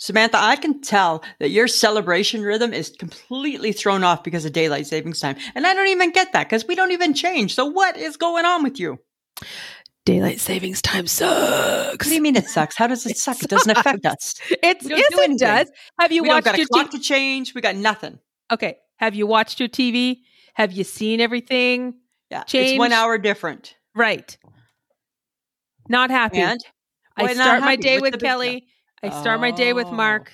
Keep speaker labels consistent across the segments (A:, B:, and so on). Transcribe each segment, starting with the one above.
A: Samantha, I can tell that your celebration rhythm is completely thrown off because of daylight savings time. And I don't even get that because we don't even change. So what is going on with you?
B: Daylight savings time
A: What
B: sucks.
A: do you mean it sucks? How does it,
B: It
A: suck? It doesn't
B: sucks.
A: affect us.
B: It's
A: We
B: yes,
A: don't do anything.
B: it does. Have you
A: we don't
B: watched
A: got a
B: your
A: clock
B: TV?
A: to change. We got nothing.
B: Okay. Have you watched your TV? Have you seen everything?
A: Yeah. It's
B: Change.
A: one hour different.
B: Right. Not happy.
A: And
B: I
A: Why not
B: start my
A: happy?
B: day
A: What's the
B: with
A: big deal?
B: Kelly. I start my day with
A: Oh.
B: Mark.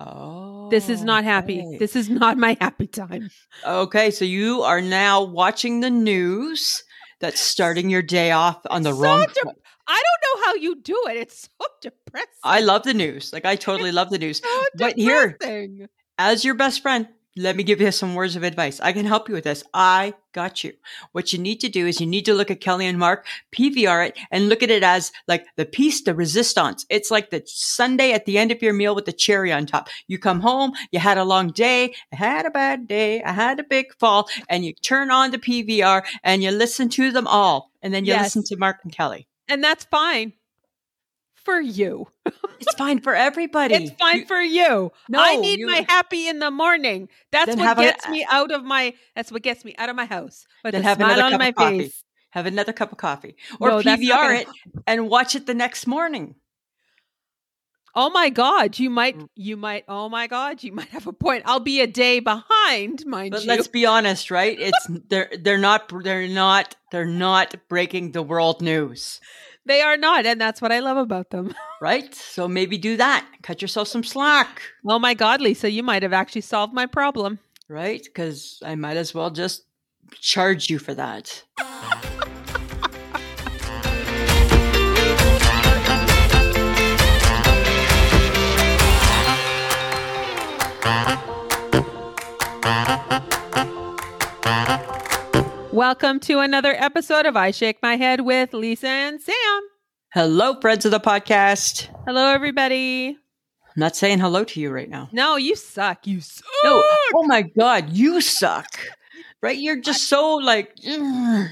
A: oh,
B: This is not happy.
A: okay.
B: This is not my happy time.
A: Okay, so you are now watching the news. That's starting your day off on the
B: So
A: wrong
B: dep-
A: foot.
B: I don't know how you do it. It's so depressing.
A: I love the news. Like I totally love the news.
B: so
A: but here-
B: depressing.
A: As your best friend, let me give you some words of advice. I can help you with this. I got you. What you need to do is you need to look at Kelly and Mark, PVR it, and look at it as like the piece de resistance. It's like the Sunday at the end of your meal with the cherry on top. You come home, you had a long day, I had a bad day, I had a big fall, and you turn on the PVR and you listen to them all. And then you
B: Yes.
A: listen to Mark and Kelly.
B: And that's fine for you.
A: It's fine for everybody.
B: It's fine
A: You-
B: for you. I
A: No,
B: need
A: you-
B: my happy in the morning. That's
A: Then
B: what
A: have a-
B: gets me out of my that's what gets me out of my house. With
A: Then
B: a
A: have
B: smile
A: another
B: on
A: cup
B: my
A: of coffee.
B: face.
A: Have another cup of coffee or
B: No, that's not
A: PVR
B: gonna
A: it and watch it the next morning.
B: Oh my God, you might
A: Mm.
B: you might oh my God, you might have a point. I'll be a day behind, mind
A: But
B: you.
A: let's be honest, right? It's they're they're not they're not they're not breaking the world news,
B: They are not, and that's what I love about them.
A: right? So maybe do that. Cut yourself some slack,
B: Oh my God, Lisa, you might have actually solved my problem.
A: right? Cuz I might as well just charge you for that.
B: Welcome to another episode of I Shake My Head with Lisa and Sam.
A: Hello friends of the podcast.
B: Hello, everybody.
A: I'm not saying hello to you right now.
B: No, you suck. You suck.
A: No. Oh my god, you suck. Right? You're just so like ugh.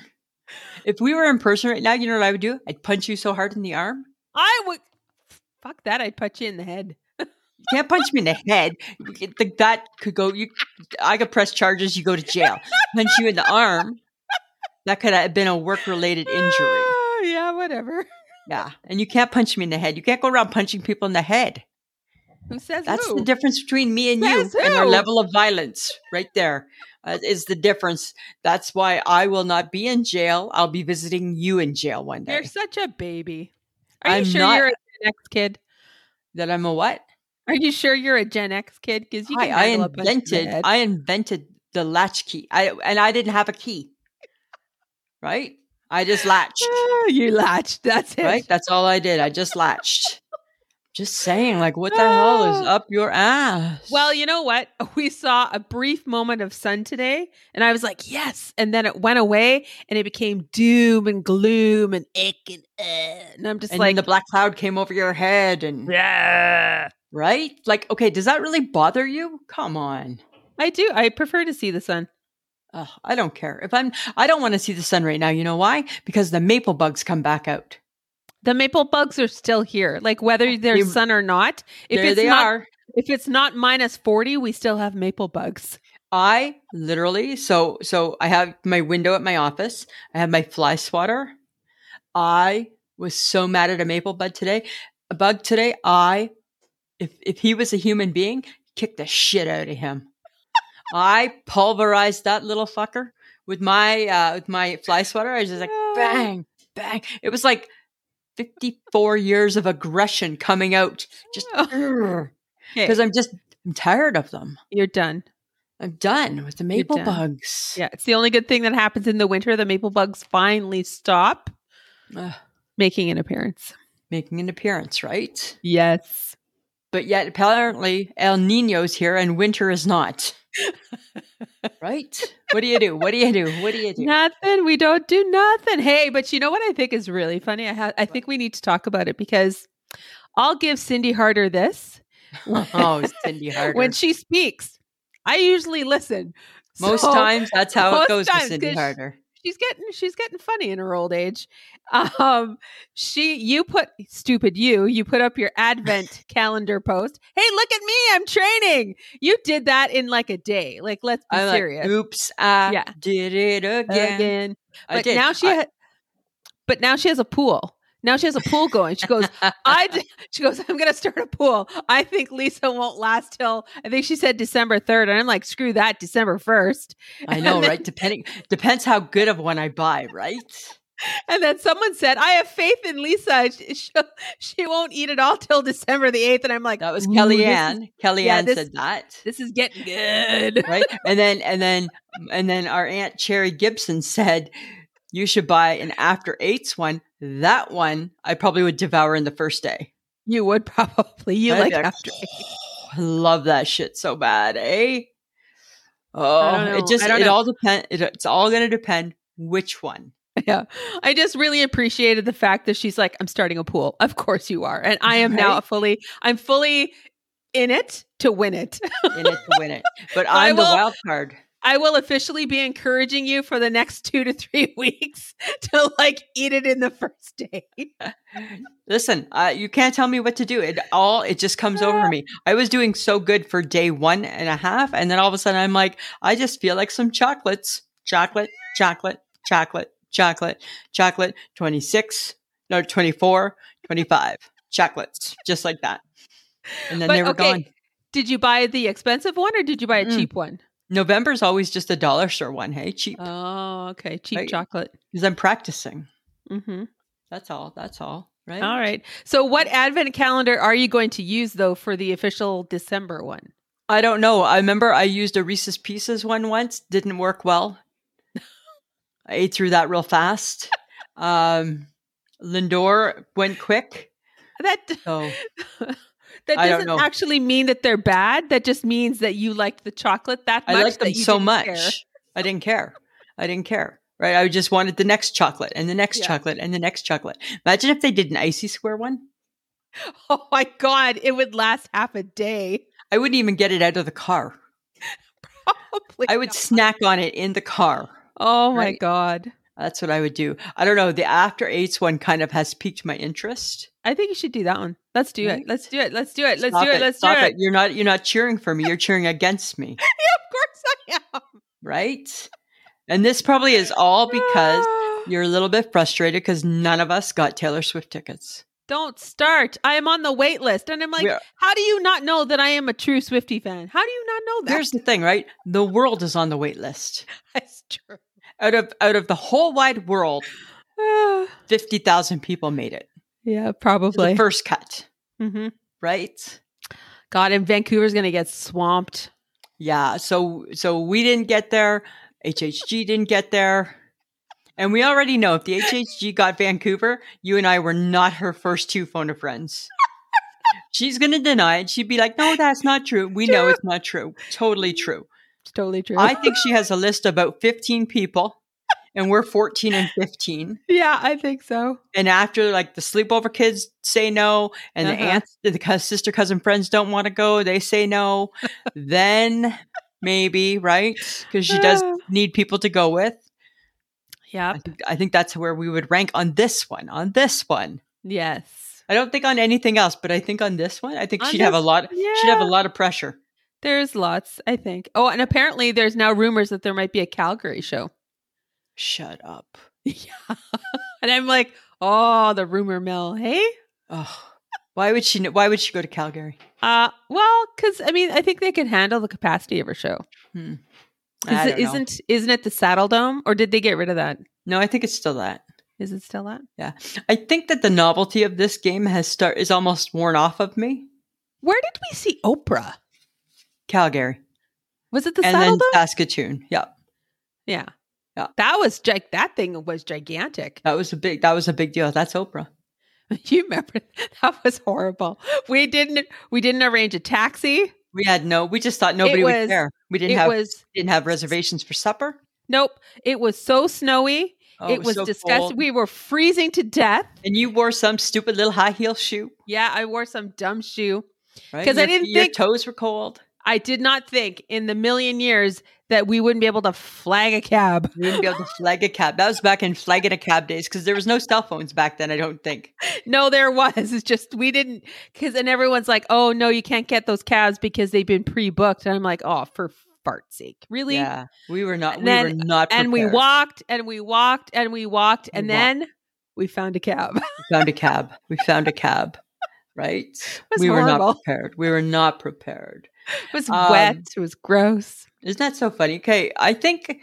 A: If we were in person right now, you know what I would do? I'd punch you so hard in the arm.
B: I would. Fuck that. I'd punch you in the head.
A: You can't punch me in the head. You could think That could go. You, I could press charges. You go to jail. Punch you in the arm. That could have been a work-related injury.
B: Oh, yeah, whatever.
A: Yeah, and you can't punch me in the head. You can't go around punching people in the head.
B: Who says
A: That's
B: who?
A: the difference between me and you
B: Says
A: and our
B: who?
A: level of violence. Right there uh, is the difference. That's why I will not be in jail. I'll be visiting you in jail one day.
B: You're such a baby. Are
A: I'm
B: you sure
A: not-
B: you're a Gen X kid?
A: that I'm a what?
B: Are you sure you're a Gen X kid? Because you
A: I,
B: can
A: I
B: handle a punch in the
A: invented
B: head.
A: I invented the latch key. I and I didn't have a key. Right? I just latched.
B: Ah, you latched. That's it.
A: Right? That's all I did. I just latched. Just saying, like, what the hell is
B: Ah.
A: up your ass?
B: Well, you know what? We saw a brief moment of sun today, and I was like, yes. And then it went away, and it became doom and gloom and ick and uh. And I'm just
A: and
B: like,
A: then the black cloud came over your head and
B: yeah.
A: right? Like, okay, does that really bother you? Come on.
B: I do. I prefer to see the sun.
A: Ugh, I don't care. If I'm I don't want to see the sun right now. You know why? Because the maple bugs come back out.
B: The maple bugs are still here. Like whether there's
A: They-
B: sun or not, if
A: there
B: it's
A: they
B: not
A: are.
B: if it's not minus 40, we still have maple bugs.
A: I literally so so I have my window at my office. I have my fly swatter. I was so mad at a maple bud today. A bug today. I if if he was a human being, kicked the shit out of him. I pulverized that little fucker with my uh with my fly swatter. I was just like
B: No.
A: bang, bang. It was like 54 years of aggression coming out just
B: Oh,
A: because
B: okay.
A: I'm just I'm tired of them.
B: You're done.
A: I'm done with the maple
B: done.
A: bugs.
B: Yeah, it's the only good thing that happens in the winter. The maple bugs finally stop
A: Ugh,
B: making an appearance.
A: making an appearance, right?
B: Yes.
A: But yet, apparently, El Nino's here and winter is not. right? What do you do? What do you do? What do you do?
B: Nothing. We don't do nothing. Hey, but you know what I think is really funny? I ha- I think we need to talk about it because I'll give Cindy Harder this
A: oh, Cindy Harder.
B: when she speaks. I usually listen.
A: most
B: So-
A: times, that's how
B: most
A: it goes with
B: times,
A: Cindy
B: 'cause
A: Harder.
B: she's getting she's getting funny in her old age. Um, she you put stupid you you put up your advent calendar post. Hey, look at me, I'm training. You did that in like a day. Like let's be
A: I'm like,
B: serious.
A: Oops, I
B: Yeah.
A: did it again.
B: Again.
A: I
B: But
A: did.
B: now she
A: I-
B: ha- but now she has a pool. Now she has a pool going. She goes, I d- she goes, I'm gonna start a pool. I think Lisa won't last till I think she said December third. And I'm like, screw that, December first.
A: I know,
B: and then-
A: right? Depending depends how good of one I buy, right?
B: And then someone said, I have faith in Lisa. She, she'll- she won't eat it all till December the eighth. And I'm like,
A: That was
B: "Ooh, this is-
A: Kellyanne. Kellyanne
B: this-
A: said that.
B: This is getting good.
A: right? And then and then and then our aunt Cherry Gibson said, "You should buy an after eights one. That one I probably would devour in the first day.
B: You would probably. You
A: I'd
B: like
A: be like,
B: after.
A: I love that shit so bad, eh?
B: don't
A: Oh,
B: know.
A: it just
B: I don't
A: it
B: know.
A: all depend. It, it's all going to depend which one.
B: Yeah. I just really appreciated the fact that she's like, I'm starting a pool. Of course you are. And I am now
A: Right?
B: fully, I'm fully in it to win it.
A: in it to win it. But
B: I
A: I'm the
B: will-
A: wild card.
B: I will officially be encouraging you for the next two to three weeks to like eat it in the first day.
A: Listen, uh, you can't tell me what to do. It all it just comes over me. I was doing so good for day one and a half, and then all of a sudden I'm like, I just feel like some chocolates, chocolate, chocolate, chocolate, chocolate, chocolate. Twenty six, no, 24, 25 chocolates, just like that. And then they were gone.
B: Did you buy the expensive one or did you buy a
A: Mm-mm.
B: cheap one?
A: November's always just a dollar store one. Hey, cheap
B: Oh, okay. Cheap
A: Right.
B: chocolate.
A: because I'm practicing.
B: Mm-hmm.
A: That's all. That's all. Right.
B: All right. So, what advent calendar are you going to use though for the official December one?
A: I don't know. I remember I used a Reese's Pieces one once. Didn't work well. I ate through that real fast. Um, Lindor went quick.
B: That
A: So
B: that
A: I don't
B: doesn't
A: know.
B: actually mean that they're bad. That just means that you liked the chocolate that much.
A: I liked
B: that
A: them
B: you
A: so
B: didn't
A: much.
B: care.
A: I didn't care. I didn't care. Right. I just wanted the next chocolate and the next
B: Yeah.
A: chocolate and the next chocolate. Imagine if they did an icy square one.
B: Oh my god, it would last half a day.
A: I wouldn't even get it out of the car.
B: Probably
A: I would
B: not.
A: snack on it in the car.
B: Oh my
A: right?
B: god.
A: That's what I would do. I don't know. The after eights one kind of has piqued my interest.
B: I think you should do that one. Let's do
A: Right?
B: it. Let's do it. Let's do it. Let's
A: Stop
B: do it. Let's do
A: Stop
B: it.
A: You're not you're not cheering for me. You're cheering against me,
B: Yeah, of course I am.
A: right? And this probably is all because you're a little bit frustrated because none of us got Taylor Swift tickets.
B: Don't start. I am on the wait list. And I'm like,
A: We are-
B: how do you not know that I am a true Swifty fan? How do you not know that?
A: Here's the thing, right? The world is on the wait list.
B: That's true.
A: Out of out of the whole wide world,
B: Ah,
A: fifty thousand people made it.
B: yeah,
A: to The
B: probably.
A: first cut,
B: Mhm.
A: right?
B: God, and Vancouver's going to get swamped.
A: Yeah. So so we didn't get there. HHG didn't get there. And we already know if the HHG got Vancouver, you and I were not her first two phone of friends. She's going to deny it. She'd be like, no, that's not true. We know
B: True.
A: it's not true. Totally true.
B: It's totally true.
A: I think she has a list of about 15 people, and we're 14 and 15.
B: yeah, I think so.
A: And after, like, the sleepover kids say no, and
B: Uh-huh.
A: the aunts, the cous- sister, cousin, friends don't want to go, they say no, then maybe, right? Because she does
B: Ah.
A: need people to go with.
B: Yep.
A: I think, I think that's where we would rank on this one, on this one.
B: Yes.
A: I don't think on anything else, but I think on this one, I think
B: On
A: she'd have a
B: this-
A: lot.
B: Yeah.
A: She'd have a lot of pressure.
B: There's lots, I think. Oh, and apparently there's now rumors that there might be a Calgary show.
A: Shut up.
B: Yeah. and I'm like, oh, the rumor mill. Hey?
A: Oh, why would she? kn- Why would she go to Calgary?
B: Uh, well, because I mean, I think they can handle the capacity of her show. Is
A: I don't
B: it,
A: know.
B: isn't isn't it the Saddle Dome, or did they get rid of that?
A: No, I think it's still that.
B: Is it still that?
A: I think that the novelty of this game has start is almost worn off of me.
B: Where did we see Oprah?
A: Calgary
B: Was it the
A: and
B: Saddle
A: then
B: Dome?
A: Saskatoon. Yeah,
B: yeah,
A: Yeah.
B: That was gi- that thing was gigantic.
A: that was a big. That was a big deal. That's Oprah.
B: You remember that was horrible. We didn't we didn't arrange a taxi.
A: We had no. We just thought nobody
B: was-
A: would care. We didn't
B: it
A: have.
B: was
A: didn't have reservations for supper.
B: nope. It was so snowy.
A: Oh,
B: it was
A: so
B: disgusting.
A: cold.
B: We were freezing to death.
A: and you wore some stupid little high heel shoe
B: Yeah, I wore some dumb shoe.
A: right?
B: 'Cause I
A: Your-
B: didn't
A: your
B: think-
A: toes were cold.
B: I did not think in the million years that we wouldn't be able to flag a cab.
A: We wouldn't be able to flag a cab. That was back in flagging a cab days because there was no cell phones back then. I don't think.
B: No, there was. It's just we didn't because and everyone's like, oh no, you can't get those cabs because they've been pre-booked. And I'm like, oh, for fart's sake, really?
A: Yeah, we were not.
B: And
A: We
B: then-
A: were not. Prepared.
B: And we walked and we walked and we walked
A: We
B: and
A: walked.
B: then we found a cab.
A: We found a cab. We found a cab. Right.
B: was
A: we were
B: horrible.
A: not prepared. We were not prepared.
B: It was
A: Um,
B: wet. It was gross.
A: Isn't that so funny? Okay, I think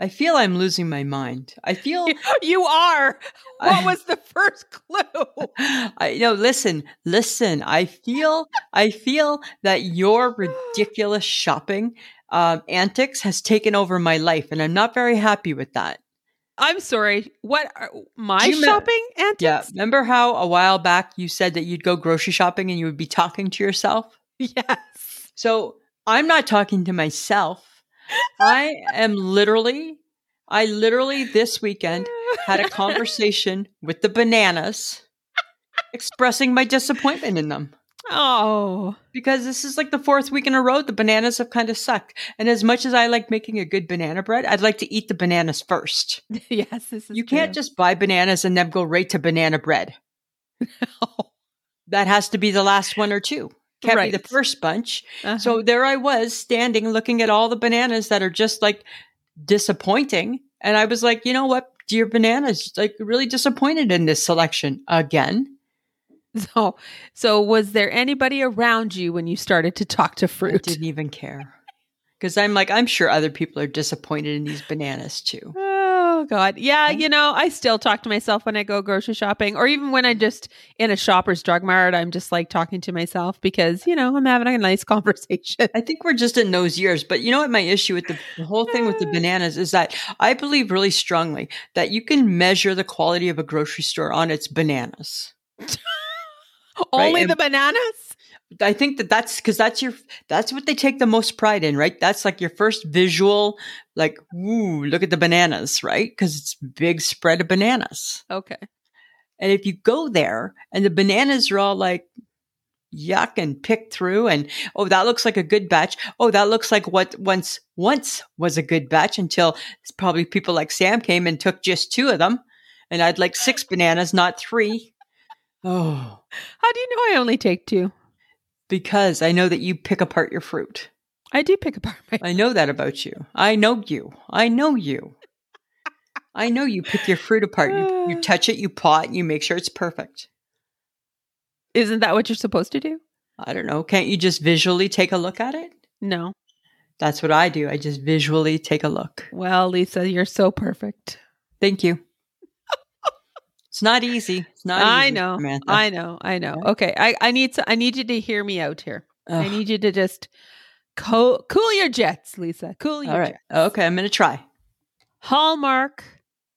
A: I feel I'm losing my mind. I feel
B: You are. What
A: I-
B: was the first clue?
A: I no, listen, listen. I feel I feel that your ridiculous shopping um, antics has taken over my life, and I'm not very happy with that.
B: I'm sorry. What are my
A: Do you me-
B: shopping antics?
A: Yeah, remember how a while back you said that you'd go grocery shopping and you would be talking to yourself?
B: Yes.
A: So I'm not talking to myself. I am literally, I literally this weekend had a conversation with the bananas, expressing my disappointment in them.
B: oh.
A: Because this is like the fourth week in a row, the bananas have kind of sucked. And as much as I like making a good banana bread, I'd like to eat the bananas first.
B: Yes, this is
A: You can't just buy bananas and then go right to banana bread. That has to be the last one or two. Can't be
B: Right.
A: the first bunch.
B: uh
A: So there I was standing looking at all the bananas that are just like disappointing. And I was like, you know what, dear bananas, like really disappointed in this selection again.
B: so so was there anybody around you when you started to talk to
A: I
B: fruit?
A: didn't even care. Because I'm like, I'm sure other people are disappointed in these bananas too.
B: Oh god. Yeah,
A: Yeah.
B: you know, I still talk to myself when I go grocery shopping or even when I just in a shopper's drug mart, I'm just like talking to myself because, you know, I'm having a nice conversation.
A: I think we're just in those years. But you know what? My issue with the, the whole thing with the bananas is that I believe really strongly that you can measure the quality of a grocery store on its bananas.
B: Only
A: and-
B: the bananas?
A: I think that that's because that's your that's what they take the most pride in, right? That's like your first visual, like, ooh, look at the bananas, right? Because it's big spread of bananas.
B: Okay.
A: And if you go there and the bananas are all like yuck and picked through and oh that looks like a good batch. Oh, that looks like what once once was a good batch until probably people like Sam came and took just two of them. And I'd like six bananas, not three. Oh.
B: How do you know I only take two?
A: Because I know that you pick apart your fruit.
B: I do pick apart my
A: I know that about you. I know you. I know you. I know you pick your fruit apart. You, you touch it, you paw it, you make sure it's perfect.
B: Isn't that what you're supposed to do?
A: I don't know. Can't you just visually take a look at it?
B: No.
A: That's what I do. I just visually take a look.
B: Well, Lisa, you're so perfect.
A: Thank you. It's not easy. It's not
B: I
A: easy,
B: know.
A: Samantha.
B: I know. I know. Okay. I, I need to I need you to hear me out here. I
A: Ugh.
B: need you to just co- cool your jets, Lisa. Cool your
A: All right.
B: jets.
A: Okay, I'm going to try.
B: Hallmark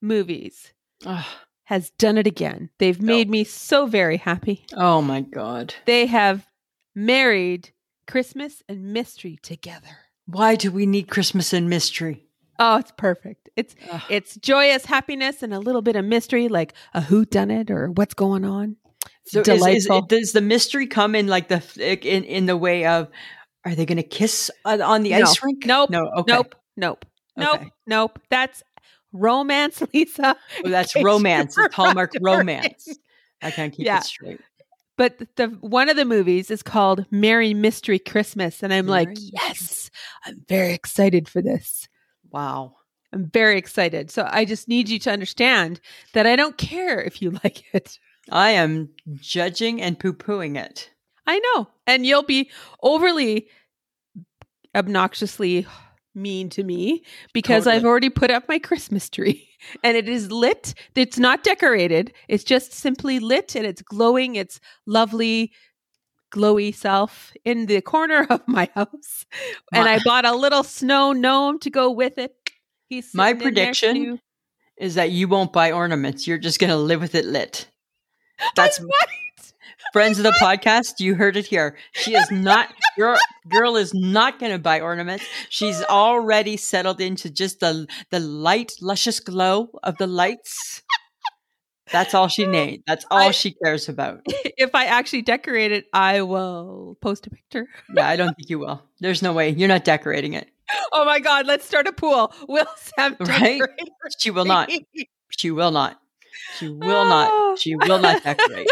B: movies
A: Ugh.
B: has done it again. They've
A: No.
B: made me so very happy.
A: Oh my god.
B: They have married Christmas and mystery together.
A: Why do we need Christmas and mystery?
B: Oh, it's perfect. It's
A: Ugh.
B: it's joyous happiness and a little bit of mystery, like a who done it or what's going on. It's
A: So is, is,
B: delightful.
A: does the mystery come in like the f- in in the way of are they going to kiss on, on the
B: No.
A: ice rink?
B: Nope.
A: No. Okay.
B: Nope, nope, nope,
A: Okay.
B: nope. That's romance, Lisa.
A: Oh, that's
B: In case
A: romance.
B: you were
A: It's Hallmark
B: wondering.
A: romance. I can't keep
B: Yeah.
A: it straight.
B: But the one of the movies is called Merry Mystery Christmas, and I'm like,
A: Merry Mystery.
B: yes, I'm very excited for this.
A: Wow.
B: I'm very excited. So I just need you to understand that I don't care if you like it.
A: I am judging and poo pooing it.
B: I know, and you'll be overly obnoxiously mean to me because I've
A: Totally.
B: already put up my Christmas tree and it is lit. It's not decorated. It's just simply lit and it's glowing. It's lovely glowy self in the corner of my house. And
A: My-
B: I bought a little snow gnome to go with it. He's
A: My
B: sitting in there
A: prediction-
B: too.
A: Is that you won't buy ornaments? You're just going to live with it lit.
B: That's
A: That's
B: right.
A: friends of the podcast. You heard it here. She is not girl. Girl is not going to buy ornaments. She's already settled into just the the light, luscious glow of the lights. That's all she needs. That's all
B: I-
A: she cares about.
B: if I actually decorate it, I will post a picture.
A: Yeah, I don't think you will. There's no way. You're not decorating it.
B: Oh my God, let's start a pool. Will Sam
A: Right?
B: decorate?
A: She will not. She will not. She will not. She will not decorate.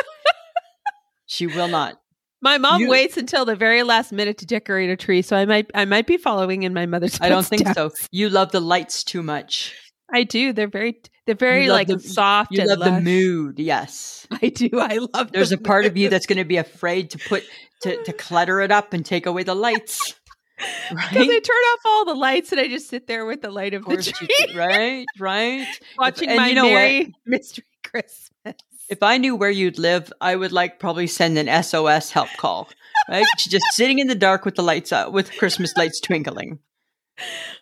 A: She will not.
B: My mom
A: You-
B: waits until the very last minute to decorate a tree, so I might I might be following in my mother's.
A: I don't think so.
B: footsteps.
A: You love the lights too much.
B: I do. They're very they're very
A: love
B: like
A: the-
B: soft
A: You
B: and
A: love the
B: lush.
A: mood. Yes.
B: I do. I love.
A: There's
B: the
A: a part of you
B: mood.
A: that's going to be afraid to put to, to clutter it up and take away the lights.
B: because I
A: Right?
B: turn off all the lights and I just sit there with the light of
A: Of
B: the
A: course you
B: tree,
A: do. right? Right?
B: watching
A: and
B: my
A: you know what?
B: merry mystery Christmas.
A: If I knew where you'd live, I would like probably send an SOS help call. Right? She's just sitting in the dark with the lights out, with Christmas lights twinkling.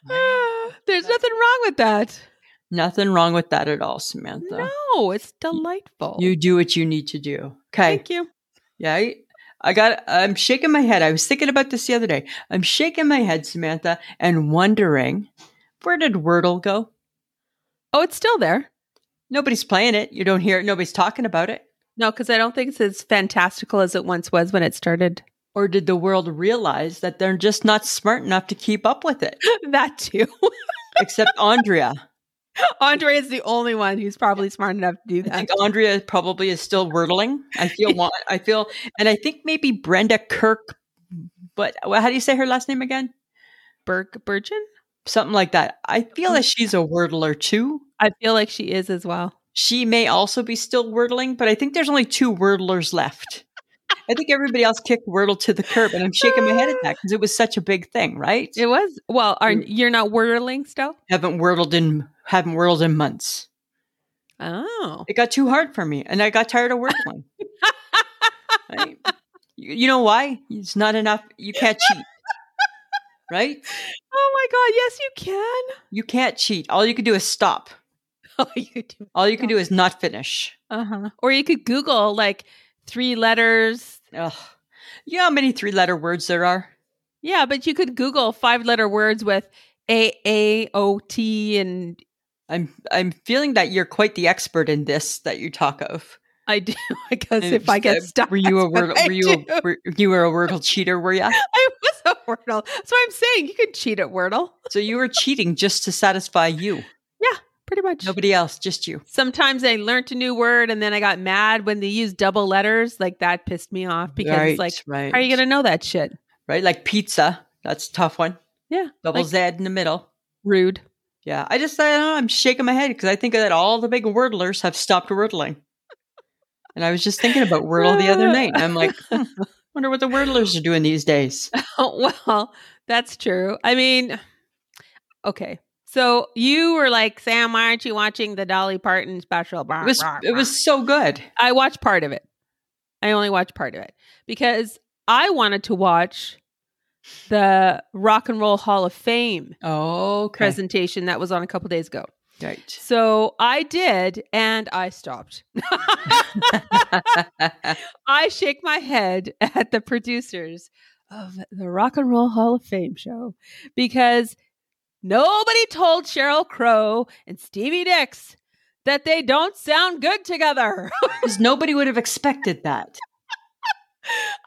B: Ah, There's nothing wrong with that.
A: Nothing wrong with that at all, Samantha.
B: No, it's delightful.
A: You do what you need to do. Okay.
B: Thank you.
A: Yeah. I, I got I'm shaking my head. I was thinking about this the other day. I'm shaking my head, Samantha, and wondering where did Wordle go?
B: Oh, it's still there.
A: Nobody's playing it. You don't hear it. Nobody's talking about it.
B: No, because I don't think it's as fantastical as it once was when it started.
A: Or did the world realize that they're just not smart enough to keep up with it?
B: that too.
A: Except Andrea.
B: Andre is the only one who's probably smart enough to do
A: I
B: that.
A: think Andrea probably is still wordling. I feel wa- I feel and I think maybe Brenda Kirk but well, how do you say her last name again?
B: Burke Burgeon?
A: Something like that. I feel that she's a wordler too.
B: I feel like she is as well.
A: She may also be still wordling, but I think there's only two wordlers left. I think everybody else kicked Wordle to the curb, and I'm shaking my head at that because it was such a big thing, right?
B: It was well. Are
A: Mm.
B: you're not wordling still?
A: haven't wordled in haven't wordled in months.
B: Oh,
A: It got too hard for me, and I got tired of wordling. right? you, you know why? It's not enough. You can't cheat, right?
B: oh my God! Yes, you can.
A: You can't cheat. All you can do is stop.
B: Oh, you do.
A: All you can do is not finish.
B: Uh huh. Or you could Google like three letters.
A: Ugh. You know how many three letter words there are?
B: Yeah, but you could Google five letter words with A A O T, and
A: I'm I'm feeling that you're quite the expert in this that you talk of.
B: I do. I guess
A: And
B: if I get
A: uh,
B: stuck,
A: were you a
B: that's
A: word,
B: what I
A: were you
B: do.
A: a, were, you were a Wordle cheater? Were you?
B: I was a Wordle. That's what I'm saying. You can cheat at Wordle,
A: So you were cheating just to satisfy you,
B: pretty much.
A: nobody else, just you.
B: Sometimes I learnt a new word and then I got mad when they used double letters. Like that pissed me off because
A: right,
B: like,
A: right,
B: how are you gonna know that shit?
A: right? Like pizza. That's a tough one.
B: Yeah,
A: Double
B: like-
A: Z in the middle.
B: Rude.
A: Yeah, I just I don't know, I'm shaking my head because I think that all the big wordlers have stopped wordling. And I was just thinking about Wordle the other night. And I'm like, hmm, wonder what the wordlers are doing these days.
B: Oh, well, that's true. I mean, okay. So you were like, Sam, why aren't you watching the Dolly Parton special? Blah,
A: It was
B: blah,
A: it
B: blah."
A: was so good.
B: I watched part of it. I only watched part of it because I wanted to watch the Rock and Roll Hall of Fame
A: Oh, okay.
B: presentation that was on a couple days ago.
A: Right.
B: So I did, and I stopped. I shake my head at the producers of the Rock and Roll Hall of Fame show because nobody told Cheryl Crow and Stevie Nicks that they don't sound good together.
A: Because nobody would have expected that.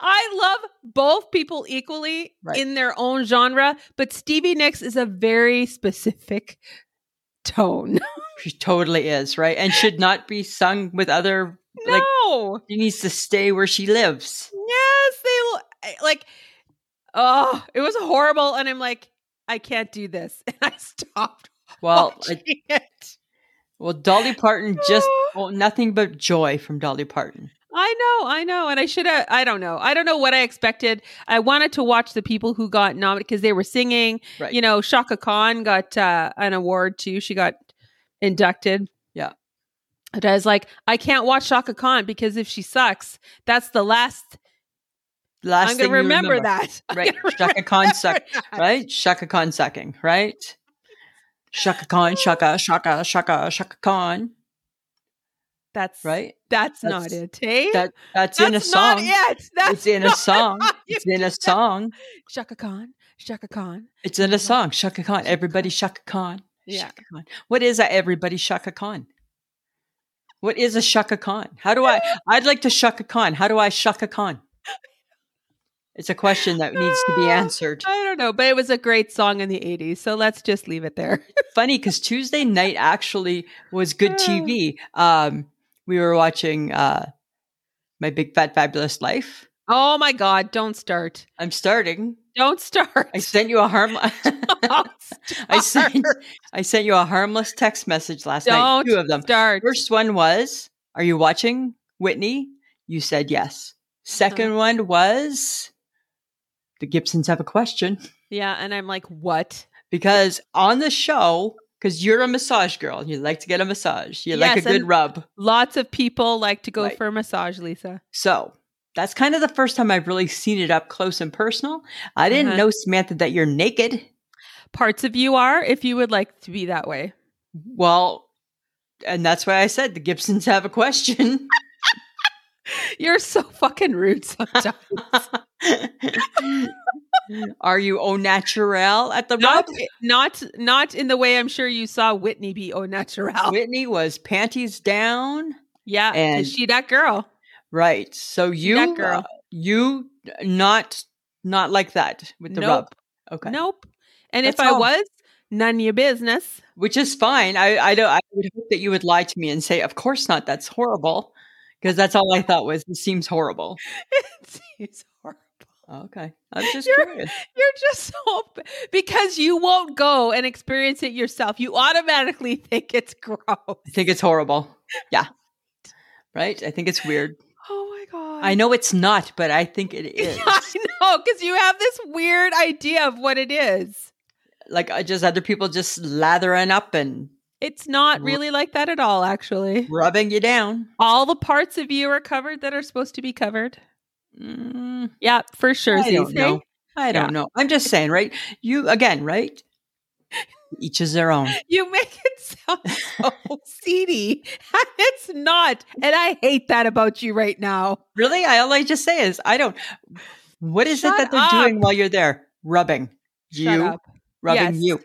B: I love both people equally
A: Right.
B: in their own genre, but Stevie Nicks is a very specific tone.
A: She totally is, right? And should not be sung with other like
B: no.
A: she needs to stay where she lives.
B: Yes, they l- I- like. Oh, it was horrible, and I'm like, I can't do this, and I stopped
A: Well, I-
B: watching it.
A: well Dolly Parton just
B: Oh.
A: well, nothing but joy from Dolly Parton.
B: I know, I know, and I should have. I don't know. I don't know what I expected. I wanted to watch the people who got nominated because they were singing.
A: Right.
B: You know, Shaka Khan got uh, an award too. She got inducted.
A: Yeah.
B: And I was like, I can't watch Shaka Khan because if she sucks, that's the last.
A: Last
B: I'm going
A: thing
B: to
A: you
B: remember, that. I'm
A: Right.
B: gonna
A: Shaka Khan suck,
B: remember that.
A: right? Shaka Khan sucking, right? Shaka Khan, Shaka, Shaka, Shaka, Shaka Khan,
B: That's
A: right?
B: That's, not
A: That's-
B: it. eh? Hey,
A: That that's, in a
B: That's not
A: song.
B: it. That's
A: It's in a
B: not
A: song.
B: how you
A: It's in a
B: do that.
A: song.
B: Shaka Khan. Shaka Khan.
A: It's in a song. Shaka Khan. Everybody Shaka Khan.
B: Yeah.
A: Shaka Khan. What is that? Everybody Shaka Khan. What is a shaka Khan? How do I? I'd like to shaka Khan. How do I shaka Khan? It's a question that needs to be answered.
B: I don't know, but it was a great song in the 80s. So let's just leave it there.
A: Funny because Tuesday night actually was good TV. Um, we were watching uh, My Big Fat Fabulous Life.
B: Oh my God, don't start.
A: I'm starting.
B: Don't start.
A: I sent you a harm. I sent I sent you a harmless text message last night.
B: Don't
A: Two of them.
B: start.
A: First one was, "Are you watching Whitney?" You said yes.
B: Uh-huh.
A: 2nd one was, "The Gibsons have a question."
B: Yeah, and I'm like, what?
A: Because on the show, because you're a massage girl, you like to get a massage, you like
B: Yes,
A: a good
B: and-
A: rub.
B: Lots of people like to go
A: Right.
B: for a massage, Lisa.
A: So that's kind of the first time I've really seen it up close and personal. I didn't
B: Uh-huh.
A: know, Samantha, that you're naked.
B: Parts of you are if you would like to be that way.
A: Well, and that's why I said the Gibsons have a question.
B: You're so fucking rude sometimes.
A: Are you au naturel at the
B: not,
A: rub?
B: not, not in the way I'm sure you saw Whitney be au natural.
A: Whitney was panties down.
B: yeah, 'cause
A: and-
B: she that girl.
A: Right. So you
B: that girl.
A: uh, you uh, not not like that with the
B: nope,
A: rub. Okay.
B: nope. And if
A: That's
B: I
A: all.
B: was, none of your business.
A: Which is fine. I I don't I would hope that you would lie to me and say, "Of course not. That's horrible." Because that's all I thought was this seems horrible.
B: It's horrible.
A: Okay. I'm just
B: You're-
A: curious.
B: You're just so because you won't go and experience it yourself. You automatically think it's gross.
A: I think it's horrible. Yeah. Right? I think it's weird.
B: Oh my god!
A: I know it's not, but I think it is.
B: I know because you have this weird idea of what it is.
A: like I just other people just lathering up and
B: It's not
A: Ru-
B: really like that at all. Actually,
A: rubbing you down.
B: all the parts of you are covered that are supposed to be covered.
A: Mm,
B: Yeah, for sure.
A: I don't
B: Cece.
A: know. I don't
B: Yeah.
A: know. I'm just saying, right? You again, right? Each is their own.
B: You make it sound so seedy. It's not, and I hate that about you right now.
A: Really? I all I just say is I don't. What is
B: Shut
A: it that they're
B: up.
A: doing while you're there? Rubbing
B: Shut
A: you,
B: up.
A: rubbing
B: Yes.
A: you.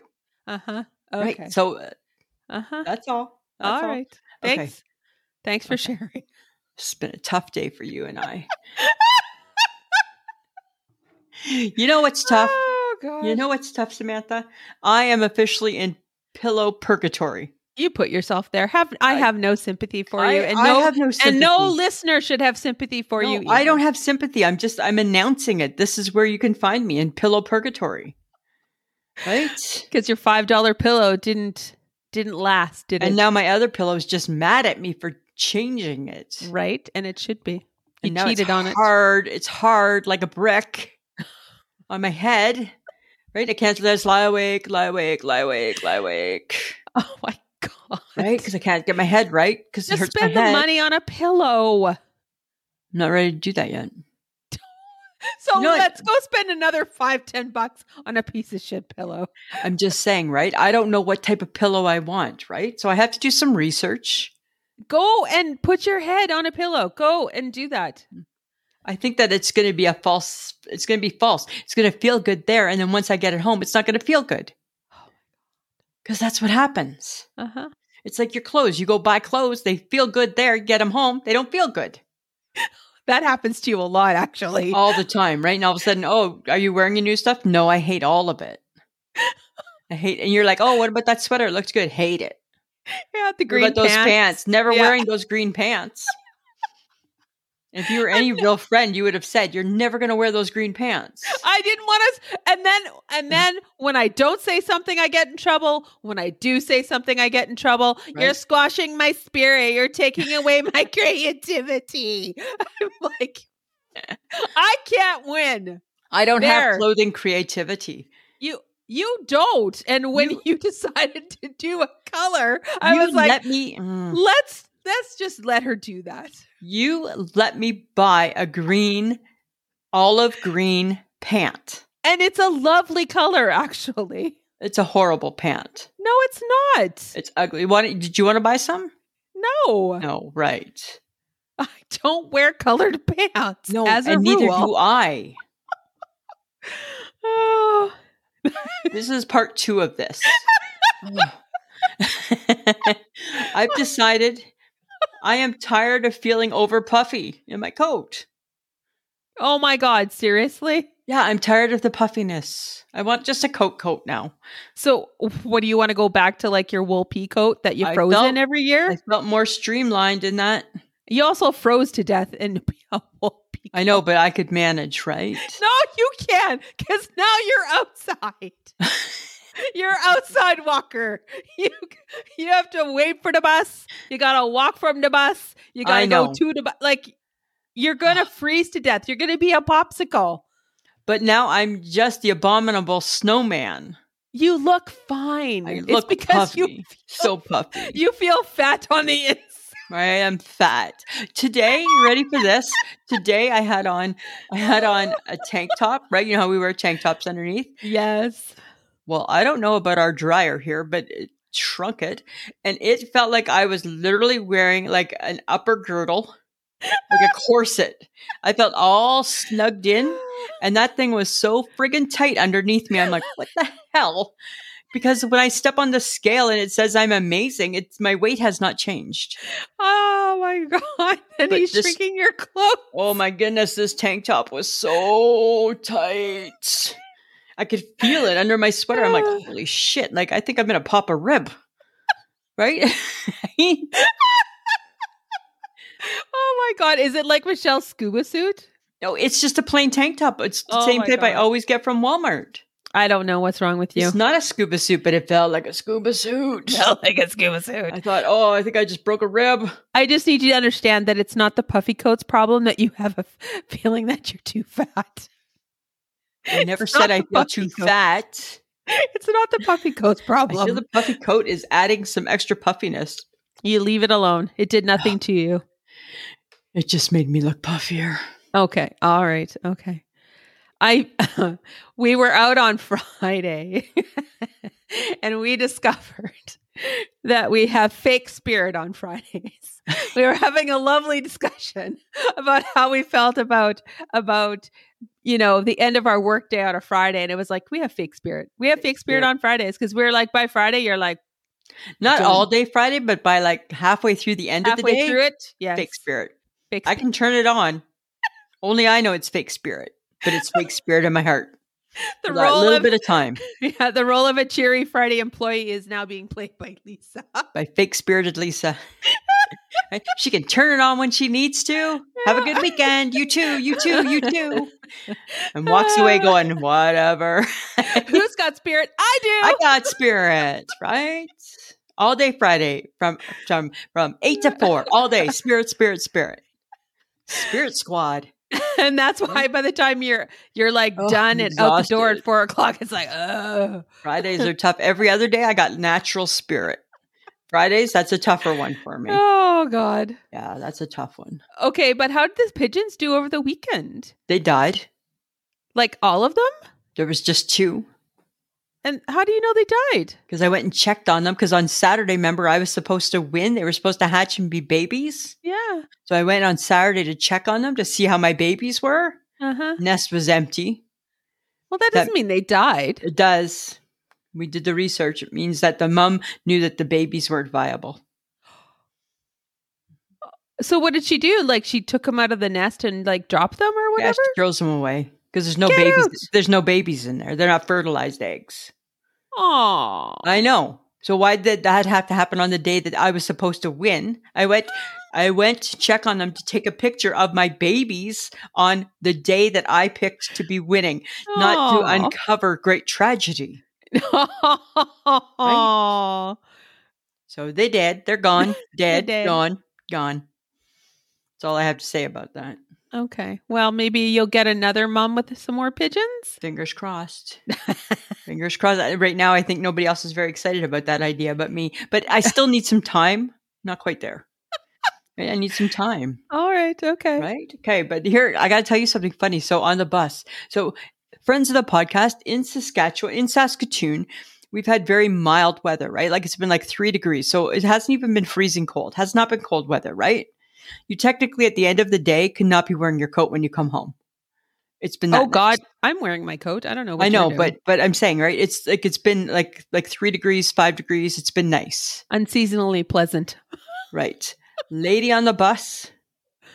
B: Uh huh.
A: Right.
B: Okay.
A: So uh,
B: uh huh.
A: that's all. That's
B: All
A: all.
B: right.
A: Okay.
B: Thanks. Thanks for
A: Okay.
B: sharing.
A: It's been a tough day for you and I. you know what's tough?
B: Oh god.
A: You know what's tough, Samantha? I am officially in pillow purgatory.
B: you put yourself there. Have I,
A: I-
B: have no sympathy for you, and
A: I
B: no,
A: have no
B: and no
A: sympathy.
B: listener should have sympathy for
A: No,
B: you.
A: I
B: either.
A: don't have sympathy. I'm just I'm announcing it. This is where you can find me in pillow purgatory. Right?
B: because your five dollar pillow didn't didn't last, did
A: and
B: it?
A: now my other pillow is just mad at me for changing it.
B: right, and it should be. You
A: and now
B: Mm, cheated
A: it's
B: on it.
A: hard. It's hard like a brick on my head. Right? I can't just lie awake, lie awake, lie awake, lie awake.
B: Oh my god!
A: Right? Because I can't get my head right because it
B: Just
A: hurts
B: spend
A: my
B: the
A: head.
B: money on a pillow.
A: I'm not ready to do that yet.
B: So
A: No, I-
B: let's go spend another five, ten bucks on a piece of shit pillow.
A: I'm just saying, right? I don't know what type of pillow I want, right? So I have to do some research.
B: Go and put your head on a pillow. Go and do that.
A: I think that it's going to be a false, it's going to be false. It's going to feel good there. And then once I get it home, it's not going to feel good.
B: Oh
A: Because that's what happens.
B: Uh huh.
A: It's like your clothes. You go buy clothes, they feel good there, get them home, they don't feel good
B: That happens to you a lot, actually.
A: all the time, right? And all of a sudden, oh, are you wearing your new stuff? No, I hate all of it. I hate, and you're like, oh, what about that sweater? It looks good. Hate it.
B: yeah, the
A: What
B: green
A: about those pants. Never
B: Yeah.
A: wearing those green pants. if you were any real friend, you would have said, "You're never going to wear those green pants."
B: I didn't want us. And then, and then when I don't say something, I get in trouble. When I do say something, I get in trouble. You're
A: Right.
B: squashing my spirit. You're taking away my creativity. I'm like, I can't win.
A: I don't
B: There.
A: have clothing creativity.
B: You, you don't. And when you,
A: You-
B: decided to do a color, I
A: you
B: was like,
A: "Let me." mm.
B: let's let's just let her do that.
A: you let me buy a green, olive green pant.
B: And it's a lovely color, actually.
A: It's a horrible pant.
B: No, it's not.
A: It's ugly. Why don't- did you want to buy some?
B: No,
A: No, right.
B: I don't wear colored pants.
A: No,
B: as a
A: and neither
B: rule.
A: do I.
B: Oh,
A: This is part two of this. Ugh. I've decided I am tired of feeling over puffy in my coat.
B: Oh my God, seriously?
A: Yeah, I'm tired of the puffiness. I want just a coat coat now.
B: So, what do you want to go back to like your wool pea coat that you
A: I
B: froze
A: felt-
B: in every year?
A: I felt more streamlined in that.
B: you also froze to death in a wool pea.
A: I know, but I could manage, right?
B: No, you can't, because now you're outside. you're outside walker. You you have to wait for the bus. You gotta walk from the bus. You
A: I
B: gotta go
A: know.
B: to the bus. Like you're gonna freeze to death. You're gonna be a popsicle.
A: But now I'm just the abominable snowman.
B: You look fine.
A: I
B: it's
A: look
B: because
A: puffy,
B: you
A: so puffy.
B: you feel fat on the inside.
A: I am fat. Today, ready for this? Today I had on I had on a tank top, right? You know how we wear tank tops underneath?
B: Yes.
A: Well, I don't know about our dryer here, but it shrunk it and it felt like I was literally wearing like an upper girdle, like a corset. I felt all snugged in and that thing was so friggin' tight underneath me. I'm like, what the hell? Because when I step on the scale and it says I'm amazing, it's my weight has not changed.
B: Oh my god! And
A: But
B: he's
A: this-
B: shrinking your clothes.
A: Oh my goodness, this tank top was so tight. I could feel it under my sweater. I'm like, holy shit. Like, I think I'm going to pop a rib. Right?
B: Oh my god! Is it like Michelle's scuba suit?
A: no, it's just a plain tank top. It's the
B: Oh
A: same
B: my
A: type I
B: God.
A: always get from Walmart.
B: I don't know what's wrong with you.
A: It's not a scuba suit, but it felt like a scuba suit.
B: like a scuba suit.
A: I thought, oh, I think I just broke a rib.
B: I just need you to understand that it's not the puffy coats problem that you have a f- feeling that you're too fat.
A: I never
B: It's
A: said
B: not
A: I
B: the
A: feel
B: puffy
A: too
B: coat.
A: fat.
B: It's not the puffy coats
A: I feel
B: problem.
A: the puffy coat is adding some extra puffiness.
B: You leave it alone. It did nothing to you.
A: It just made me look puffier.
B: Okay. All right. Okay. I we were out on Friday and we discovered that we have fake spirit on Fridays. We were having a lovely discussion about how we felt about about you know the end of our workday on a Friday and it was like we have fake spirit. We have fake spirit
A: spirit.
B: on Fridays because we we're like by Friday you're like
A: Not
B: Done.
A: all day Friday, but by like halfway through the end of the
B: halfway
A: day,
B: through it. Yes.
A: fake spirit.
B: Fake
A: I can turn it on. Only I know it's fake spirit, but it's fake spirit in my heart.
B: the
A: A
B: role
A: little
B: of
A: bit of time
B: yeah, the role of a cheery Friday employee is now being played by Lisa.
A: by fake spirited Lisa. Right? she can turn it on when she needs to. Have a good weekend. You too. You too. You too. And walks away going, whatever.
B: Who's got spirit? I do.
A: I got spirit, right? All day Friday from from from eight to four. All day. Spirit, spirit, spirit. Spirit squad.
B: and that's why by the time you're you're like
A: Oh,
B: done and out the door at
A: exhausted.
B: four o'clock, it's like oh
A: Fridays are tough. Every other day, I got natural spirit. Fridays, that's a tougher one for me.
B: oh god.
A: Yeah, that's a tough one.
B: Okay, but how did the pigeons do over the weekend?
A: They died.
B: Like all of them?
A: There was just two
B: And how do you know they died?
A: because I went and checked on them because on Saturday, remember, I was supposed to win. They were supposed to hatch and be babies.
B: Yeah.
A: So I went on Saturday to check on them to see how my babies were.
B: Uh huh.
A: Nest was empty.
B: Well, that
A: That-
B: doesn't mean they died.
A: It does. We did the research. It means that the mum knew that the babies weren't viable.
B: So what did she do? Like she took them out of the nest and like dropped them or
A: Yeah,
B: whatever?
A: she throws them away because there's no
B: Get
A: babies.
B: out.
A: There's no babies in there. They're not fertilized eggs.
B: Aw.
A: I know. So why did that have to happen on the day that I was supposed to win? I went I went to check on them to take a picture of my babies on the day that I picked to be winning, not to
B: Aw.
A: uncover great tragedy.
B: Aw.
A: So they dead, they're gone, dead,
B: dead.
A: gone, gone. That's all I have to say about that.
B: Okay. Well, maybe you'll get another mom with some more pigeons.
A: Fingers crossed. Fingers crossed. I- Right now I think nobody else is very excited about that idea but me, but I still need some time. Not quite there. I I need some time.
B: All right. Okay.
A: Right? Okay. But here, I got to tell you something funny. So on the bus, so friends of the podcast in Saskatchewan, in Saskatoon, we've had very mild weather, right? Like it's been like three degrees. So it hasn't even been freezing cold, has not been cold weather, right? You technically, at the end of the day, cannot be wearing your coat when you come home. It's been that
B: Oh
A: nice.
B: God, I'm wearing my coat. I don't know. What
A: I
B: you're
A: know,
B: doing.
A: but but I'm saying right, it's like it's been like like three degrees, five degrees. It's been nice,
B: unseasonally pleasant.
A: right? lady on the bus.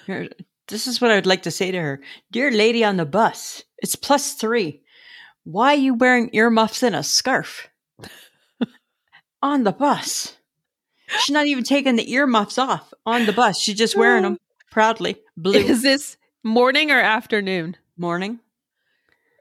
A: Here- This is what I would like to say to her. Dear lady on the bus, it's plus three. Why are you wearing earmuffs and a scarf on the bus? She's not even taking the earmuffs off on the bus. She's just wearing them proudly. Blue
B: Is this morning or afternoon?
A: morning.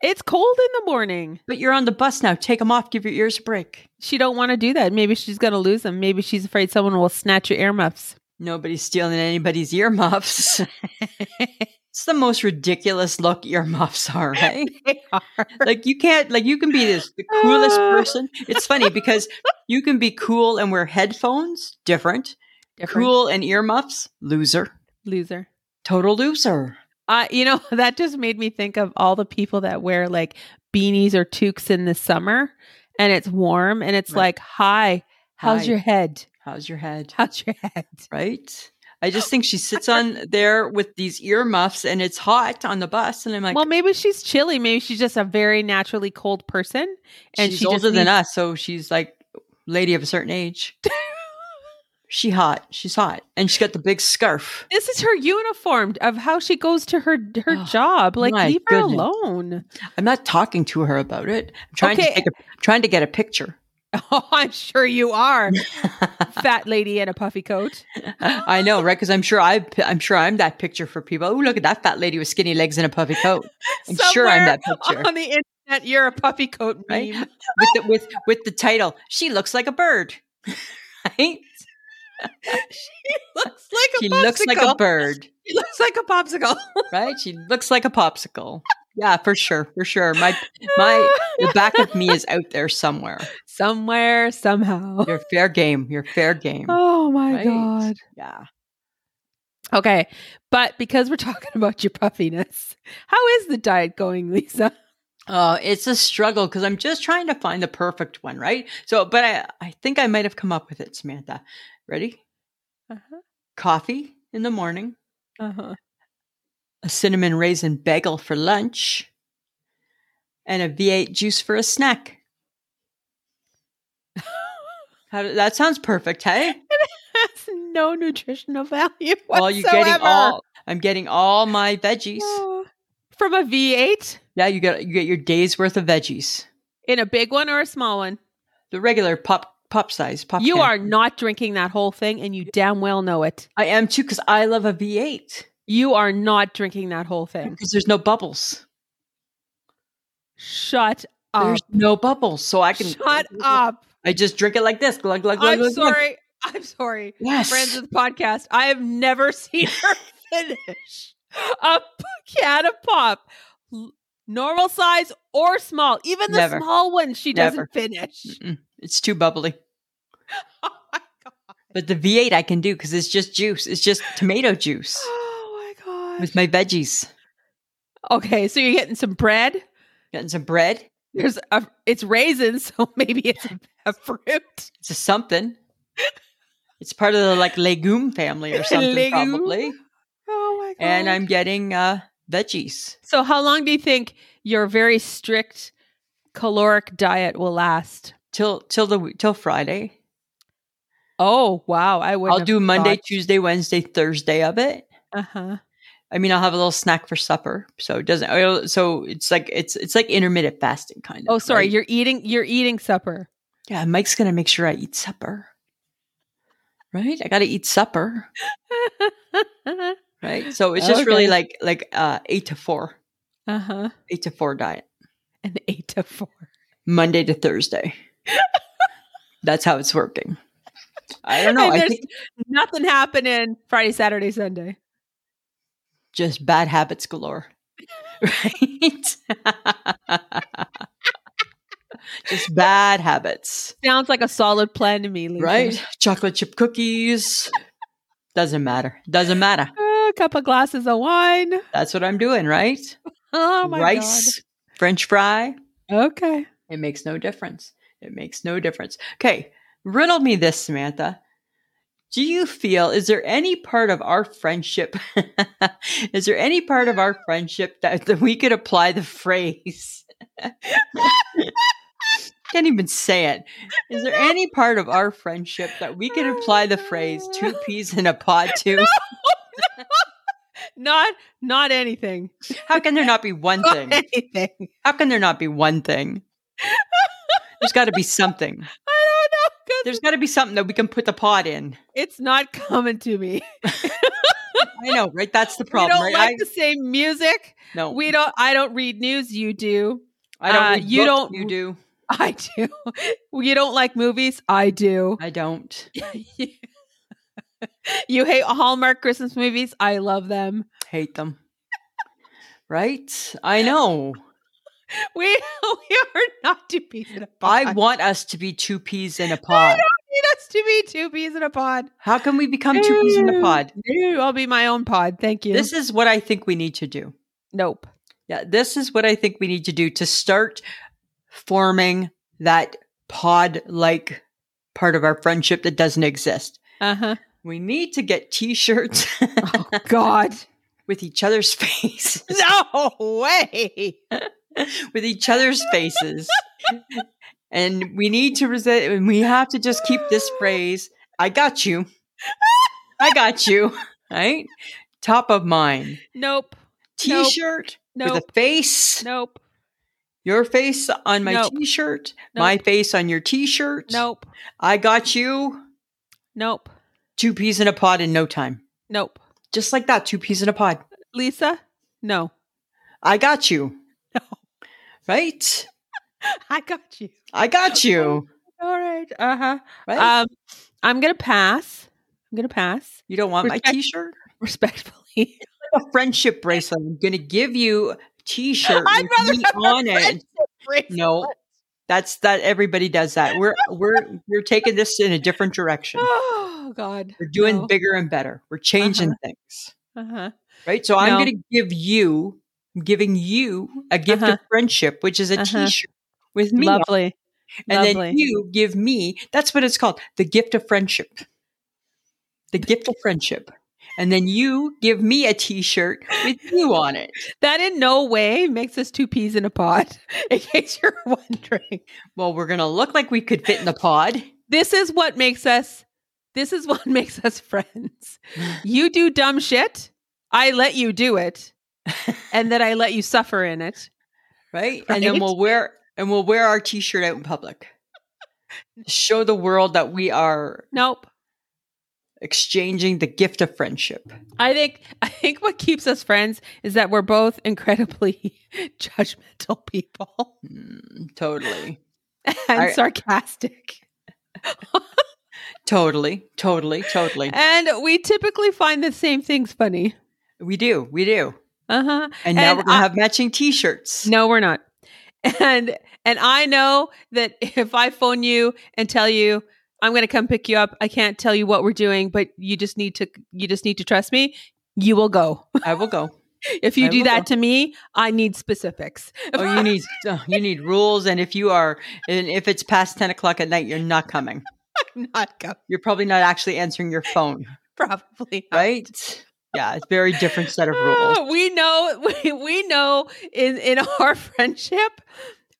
B: It's cold in the morning.
A: But you're on the bus now. Take them off. Give your ears a break.
B: She don't want to do that. Maybe she's going to lose them. Maybe she's afraid someone will snatch your earmuffs.
A: Nobody's stealing anybody's earmuffs. it's the most ridiculous look earmuffs are, right?
B: They are.
A: like you can't like you can be this the coolest
B: Ah.
A: person. It's funny because you can be cool and wear headphones, different.
B: Different.
A: Cool and earmuffs, loser.
B: Loser.
A: Total loser.
B: Uh, you know, that just made me think of all the people that wear like beanies or toques in the summer and it's warm and it's
A: Right.
B: like, hi, how's
A: Hi.
B: your head?
A: How's your head?
B: How's your head?
A: Right? I just think she sits on there with these earmuffs and it's hot on the bus and I'm like
B: well, maybe she's chilly. Maybe she's just a very naturally cold person. And
A: she's
B: she just
A: older than
B: needs-
A: us, so she's like lady of a certain age. she hot. She's hot. And she's got the big scarf.
B: This is her uniform of how she goes to her her
A: Oh,
B: job. Like,
A: my
B: leave her
A: goodness.
B: alone.
A: I'm not talking to her about it. I'm trying
B: Okay.
A: to take a, trying to get a picture.
B: Oh, I'm sure you are. Fat lady in a puffy coat.
A: I know, right? Because I'm sure I, I'm sure I'm that picture for people. Oh, look at that fat lady with skinny legs and a puffy coat. I'm sure I'm that
B: Somewhere
A: picture
B: On the internet, you're a puffy coat
A: Right?
B: meme.
A: with the, with with the title. She looks like a bird. Right?
B: Looks like a
A: She looks like a
B: popsicle.
A: bird.
B: She looks like a popsicle.
A: Right? She looks like a popsicle. Yeah, for sure, for sure. My my the back of me is out there somewhere.
B: somewhere somehow.
A: You're fair game. You're fair game.
B: Oh my
A: Right.
B: god.
A: Yeah.
B: Okay, but because we're talking about your puffiness, how is the diet going, Lisa?
A: Oh, it's a struggle because I'm just trying to find the perfect one, right? So, but I I think I might have come up with it, Samantha. Ready?
B: Uh-huh.
A: Coffee in the morning.
B: Uh-huh.
A: a cinnamon raisin bagel for lunch, and a V8 juice for a snack. How do- that sounds perfect, hey?
B: That's no nutritional value whatsoever.
A: Well, you're getting all. I'm getting all my veggies.
B: Oh. from a V8
A: Yeah, you get you get your day's worth of veggies.
B: in a big one or a small one.
A: The regular pop pop size pop.
B: you
A: can.
B: are not drinking that whole thing, and you damn well know it.
A: I am too because I love a V8
B: You are not drinking that whole thing.
A: because there's no bubbles.
B: Shut up.
A: There's no bubbles, so I can
B: Um, Shut up.
A: I just drink it like this. Glug glug glug.
B: I'm
A: glug, glug.
B: sorry. I'm sorry.
A: Yes.
B: Friends of the podcast, I have never seen her finish a p- can of pop, l- normal size or small. Even the
A: Never.
B: small one, she
A: Never.
B: doesn't finish.
A: Mm-mm. It's too bubbly.
B: Oh my god.
A: But the V8 I can do because it's just juice. It's just tomato juice
B: Oh my god.
A: with my veggies.
B: Okay, so you're getting some bread.
A: Getting some bread.
B: There's a, it's raisins, so maybe it's a, a fruit.
A: It's a something. It's part of the like legume family or something
B: Legume.
A: probably.
B: Oh my god.
A: And I'm getting uh veggies.
B: So how long do you think your very strict caloric diet will last?
A: Till till the till Friday.
B: Oh wow, I would
A: I'll do Monday, Tuesday, Wednesday, Thursday of it.
B: Uh-huh.
A: I mean, I'll have a little snack for supper, so it doesn't. I'll- So it's like it's it's like intermittent fasting kind of.
B: Oh, sorry,
A: right?
B: you're eating you're eating supper.
A: yeah, Mike's gonna make sure I eat supper. Right, I gotta eat supper.
B: Uh-huh,
A: right so it's just really
B: Okay.
A: like like uh eight to four
B: uh-huh.
A: eight to four diet
B: An 8 to 4.
A: monday to thursday that's how it's working i don't know
B: And
A: i
B: there's
A: think
B: nothing happening Friday, Saturday, Sunday.
A: just bad habits galore right just bad habits
B: Sounds like a solid plan to me, Lisa.
A: right chocolate chip cookies doesn't matter doesn't matter
B: A couple glasses of wine.
A: that's what i'm doing right
B: Oh my
A: rice french fry
B: god. Okay.
A: It makes no difference. It makes no difference. Okay, riddle me this, Samantha. Do you feel, is there any part of our friendship, is there any part of our friendship that, that we could apply the phrase? Can't even say it. Is there any part of our friendship that we could apply the phrase two peas in a pod to?
B: Not not anything.
A: How can there not be one
B: Not
A: thing?
B: anything.
A: How can there not be one thing? There's got to be something.
B: I don't know. 'cause
A: There's got to be something that we can put the pod in.
B: It's not coming to me.
A: I know, right? That's the problem,
B: we don't
A: right?
B: like
A: I, Oh.
B: the same music.
A: no,
B: We don't. I don't read news. You do.
A: I don't.
B: uh,
A: read
B: you
A: books,
B: don't-
A: You do.
B: I do. You don't like movies. I do.
A: I don't.
B: you hate Hallmark Christmas movies. I love them.
A: Hate them. Right? I know.
B: We we are not two peas in a pod.
A: I want us to be two peas in a pod.
B: need us to be two peas in a pod.
A: How can we become two peas in a pod?
B: No, I'll be my own pod. Thank you.
A: This is what I think we need to do.
B: nope.
A: Yeah, this is what I think we need to do to start forming that pod like part of our friendship that doesn't exist.
B: Uh huh.
A: We need to get t shirts
B: God.
A: with each other's faces,
B: No way.
A: with each other's faces. and we need to resist, and we have to just keep this phrase I got you. I got you. Right? Top of mind.
B: Nope.
A: T
B: Nope.
A: shirt with
B: Nope.
A: a face.
B: Nope.
A: Your face on my
B: Nope.
A: t-shirt, my face on your t-shirt.
B: Nope.
A: I got you.
B: Nope.
A: Two peas in a pod in no time.
B: Nope.
A: Just like that, two peas in a pod.
B: Lisa? No.
A: I got you. Right?
B: I got you.
A: I got you.
B: All right. Uh huh.
A: Right?
B: Um, I'm gonna pass. I'm gonna pass
A: you don't want my
B: respect-
A: t-shirt?
B: respectfully.
A: A friendship bracelet. I'm going to give you a t-shirt
B: I'd
A: with
B: rather
A: me
B: have a
A: on it. No.
B: bracelet.
A: That's that everybody does that. We're we're we're taking this in a different direction.
B: Oh God.
A: We're doing
B: no.
A: bigger and better. We're changing things.
B: Uh huh.
A: right? So I'm
B: No.
A: going to give you, I'm giving you a gift
B: Uh-huh.
A: of friendship, which is a
B: Uh-huh.
A: shirt with me, on it,
B: Lovely.
A: and
B: lovely.
A: then you give me. That's what it's called, the gift of friendship. The gift of friendship, and then you give me a T-shirt with you on it.
B: That in no way makes us two peas in a pod, in case you're wondering.
A: Well, we're going to look like we could fit in the pod.
B: This is what makes us this is what makes us friends. You do dumb shit, I let you do it, and then I let you suffer in it.
A: right? And then
B: Right?
A: we'll wear and we'll wear our T-shirt out in public. Show the world that we are
B: Nope.
A: exchanging the gift of friendship.
B: I think I think what keeps us friends is that we're both incredibly judgmental people
A: Mm, totally.
B: and
A: I-
B: sarcastic.
A: Totally, totally, totally.
B: And we typically find the same things funny.
A: We do, we do.
B: Uh-huh.
A: And now
B: And
A: we're gonna
B: I-
A: have matching T-shirts.
B: No, we're not. And and I know that if I phone you and tell you I'm going to come pick you up, I can't tell you what we're doing, but you just need to you just need to trust me. You will go.
A: I will go.
B: If you
A: I
B: do
A: will
B: that to me, I need specifics.
A: Oh, you need oh, you need rules, and if you are, and if it's past ten o'clock at night, you're not coming.
B: I'm not go.
A: You're probably not actually answering your phone,
B: Probably not.
A: right? Yeah, it's a very different set of rules.
B: Ah, we know we, we know in in our friendship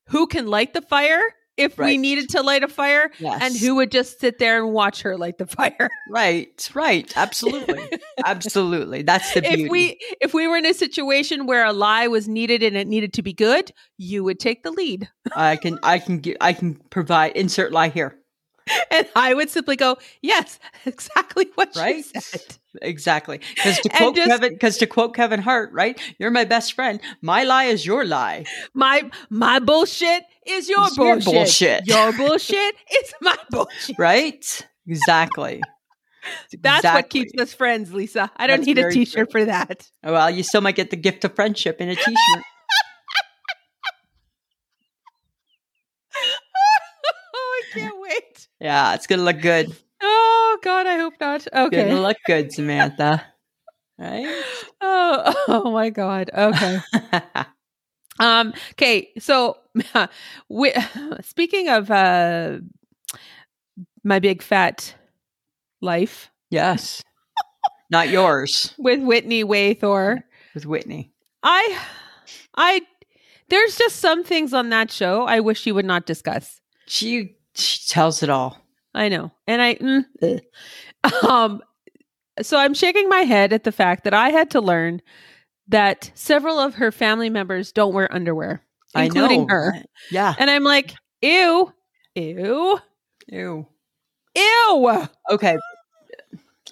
B: who can light the fire if we
A: Right.
B: needed to light a fire
A: Yes,
B: and who would just sit there and watch her light the fire.
A: Right, right, absolutely, absolutely. That's the beauty.
B: if we if we were in a situation where a lie was needed and it needed to be good, you would take the lead,
A: I can, I can, gi- I can provide insert lie here.
B: and I would simply go, "Yes, exactly what
A: Right?
B: she said."
A: Exactly, because to
B: And
A: quote
B: just-
A: Kevin, because to quote Kevin Hart, right? You're my best friend. My lie is your lie.
B: My my bullshit is your
A: It's your
B: bullshit.
A: bullshit.
B: Your bullshit is my bullshit.
A: right? Exactly.
B: That's what
A: Exactly.
B: keeps us friends, Lisa. I don't
A: That's
B: need a
A: very
B: T-shirt for that.
A: Well, you still might get the gift of friendship in a T-shirt.
B: oh, I can't wait.
A: yeah, it's gonna look good.
B: Oh God, I hope not. Okay.
A: Gonna look good, Samantha. Right?
B: Oh, oh my God. Okay. Um, okay, so we, speaking of uh, my big fat life
A: yes. Not yours
B: with Whitney Waythor,
A: with Whitney.
B: I, I, there's just some things on that show I wish you would not discuss.
A: She, she tells it all.
B: I know. And I, mm, ugh. um, so I'm shaking my head at the fact that I had to learn that several of her family members don't wear underwear, including
A: I know.
B: her.
A: Yeah.
B: And I'm like, ew, ew,
A: Ew.
B: ew.
A: Okay.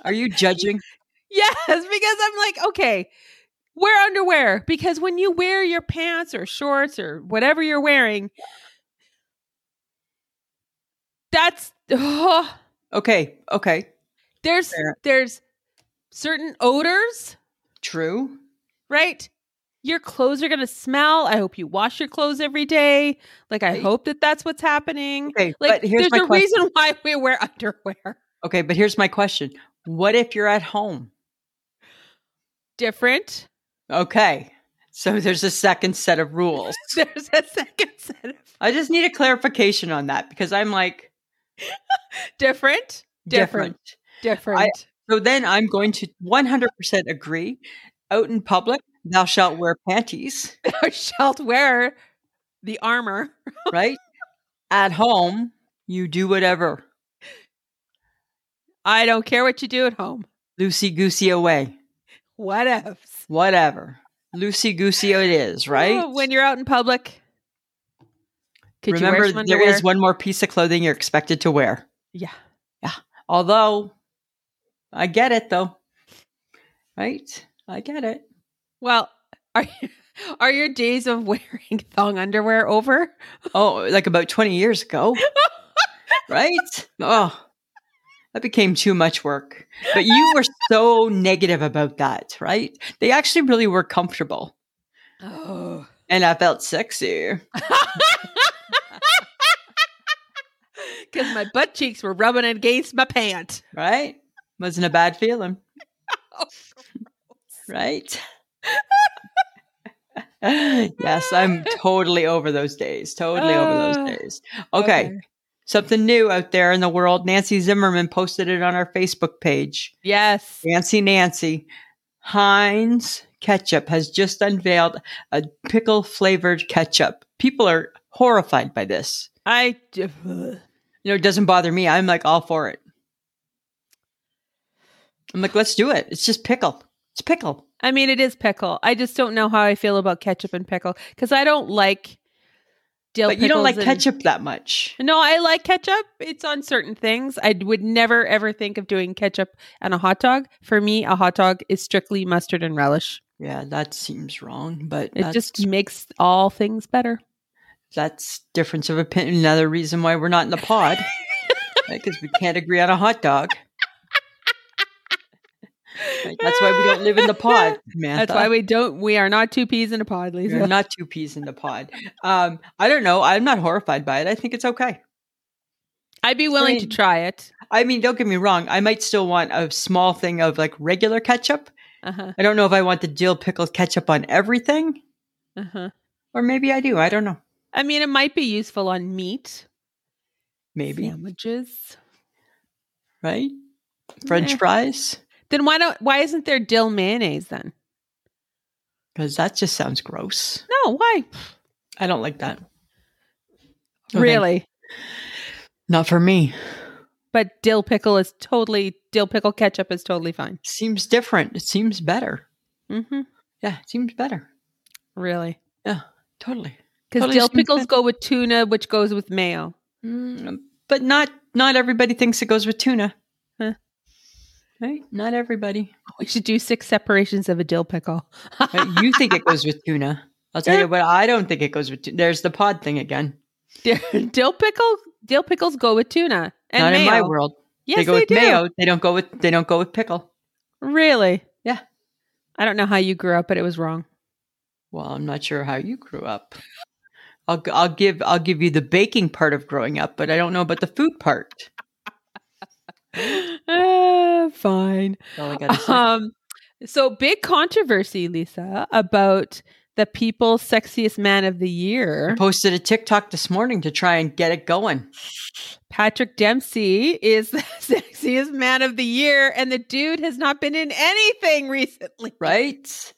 A: Are you judging?
B: Yes, because I'm like, okay, wear underwear because when you wear your pants or shorts or whatever you're wearing, that's oh,
A: Okay. Okay.
B: there's
A: Fair.
B: there's certain odors,
A: True.
B: right? Your clothes are going to smell. I hope you wash your clothes every day. Like I
A: Right.
B: hope that that's what's happening.
A: Okay.
B: Like
A: but here's
B: there's
A: my
B: a
A: question.
B: reason why we wear underwear.
A: okay. But here's my question. What if you're at home?
B: Different.
A: Okay. So there's a second set of rules.
B: There's a second set of
A: I just need a clarification on that because I'm like
B: different,
A: different.
B: Different. different.
A: So then I'm going to 100% agree. Out in public, thou shalt wear panties,
B: thou shalt wear the armor.
A: right? at home, you do whatever.
B: I don't care what you do at home.
A: Loosey goosey away.
B: What else?
A: Whatever. Loosey goosey it is, right?
B: when you're out in public. Could you
A: Remember,
B: wear some
A: there
B: underwear?
A: is one more piece of clothing you're expected to wear.
B: Yeah.
A: Although, I get it though, right? I get it.
B: Well, are you, are your days of wearing thong underwear over?
A: Oh, like about 20 years ago, right? Oh, that became too much work. But you were so negative about that, right? They actually really were comfortable.
B: Oh.
A: And I felt sexy.
B: Because my butt cheeks were rubbing against my pant.
A: right? Wasn't a bad feeling. right? yes, I'm totally over those days. Totally over
B: Ah,
A: those days. Okay. Something new out there in the world. Nancy Zimmerman posted it on our Facebook page.
B: Yes.
A: Nancy Nancy. Heinz ketchup has just unveiled a pickle flavored ketchup. People are horrified by this.
B: I.
A: You know, it doesn't bother me. I'm like all for it. I'm like, let's do it. It's just pickle. It's pickle.
B: I mean, it is pickle. I just don't know how I feel about ketchup and pickle because I don't like dill.
A: but you don't
B: pickles
A: like
B: and-
A: ketchup that much.
B: No, I like ketchup. It's on certain things. I d- would never ever think of doing ketchup and a hot dog. For me, a hot dog is strictly mustard and relish.
A: Yeah, that seems wrong, but
B: It
A: that's,
B: just makes all things better.
A: that's difference of opinion. Another reason why we're not in the pod because we can't agree on a hot dog. Right, That's why we don't live in the pod, Samantha.
B: That's why we don't. We are not two peas in a pod,
A: We're
B: Lisa.
A: not two peas in the pod. Um, I don't know. I'm not horrified by it. I think it's okay.
B: I'd be willing to
A: Same.
B: try it.
A: I mean, don't get me wrong. I might still want a small thing of like regular ketchup.
B: Uh huh.
A: I don't know if I want the dill pickle ketchup on everything,
B: Uh
A: uh-huh.
B: huh.
A: or maybe I do. I don't know.
B: I mean, it might be useful on meat,
A: Maybe
B: sandwiches.
A: right? French
B: Yeah.
A: fries
B: Then why don't? Why isn't there dill mayonnaise then?
A: because that just sounds gross.
B: No, why?
A: I don't like that. Okay.
B: Really?
A: Not for me.
B: But dill pickle is totally dill pickle ketchup is totally fine.
A: Seems different. It seems better.
B: Mm-hmm.
A: Yeah, it seems better.
B: Really.
A: Totally.
B: Because
A: Totally
B: dill
A: seems
B: pickles
A: good.
B: go with tuna, which goes with mayo.
A: Mm,
B: um,
A: but not not everybody thinks it goes with tuna.
B: Huh.
A: Right? Not everybody.
B: We should do six separations of a dill pickle.
A: Right? You think it goes with tuna. I'll tell you what, I don't think it goes with tuna. There's the pod thing again.
B: dill pickle, dill pickles go with tuna and
A: not
B: mayo.
A: in my world.
B: Yes,
A: they
B: they,
A: go with
B: do.
A: mayo. They don't go with they don't go with pickle.
B: Really?
A: Yeah.
B: I don't know how you grew up, but it was wrong.
A: Well, I'm not sure how you grew up. I'll g- I'll give I'll give you the baking part of growing up, but I don't know about the food part.
B: Ah, fine.
A: That's All I gotta say.
B: Um, so big controversy, Lisa, about the people's sexiest man of the year.
A: Posted a TikTok this morning to try and get it going.
B: Patrick Dempsey is the sexiest man of the year, and the dude has not been in anything recently.
A: right?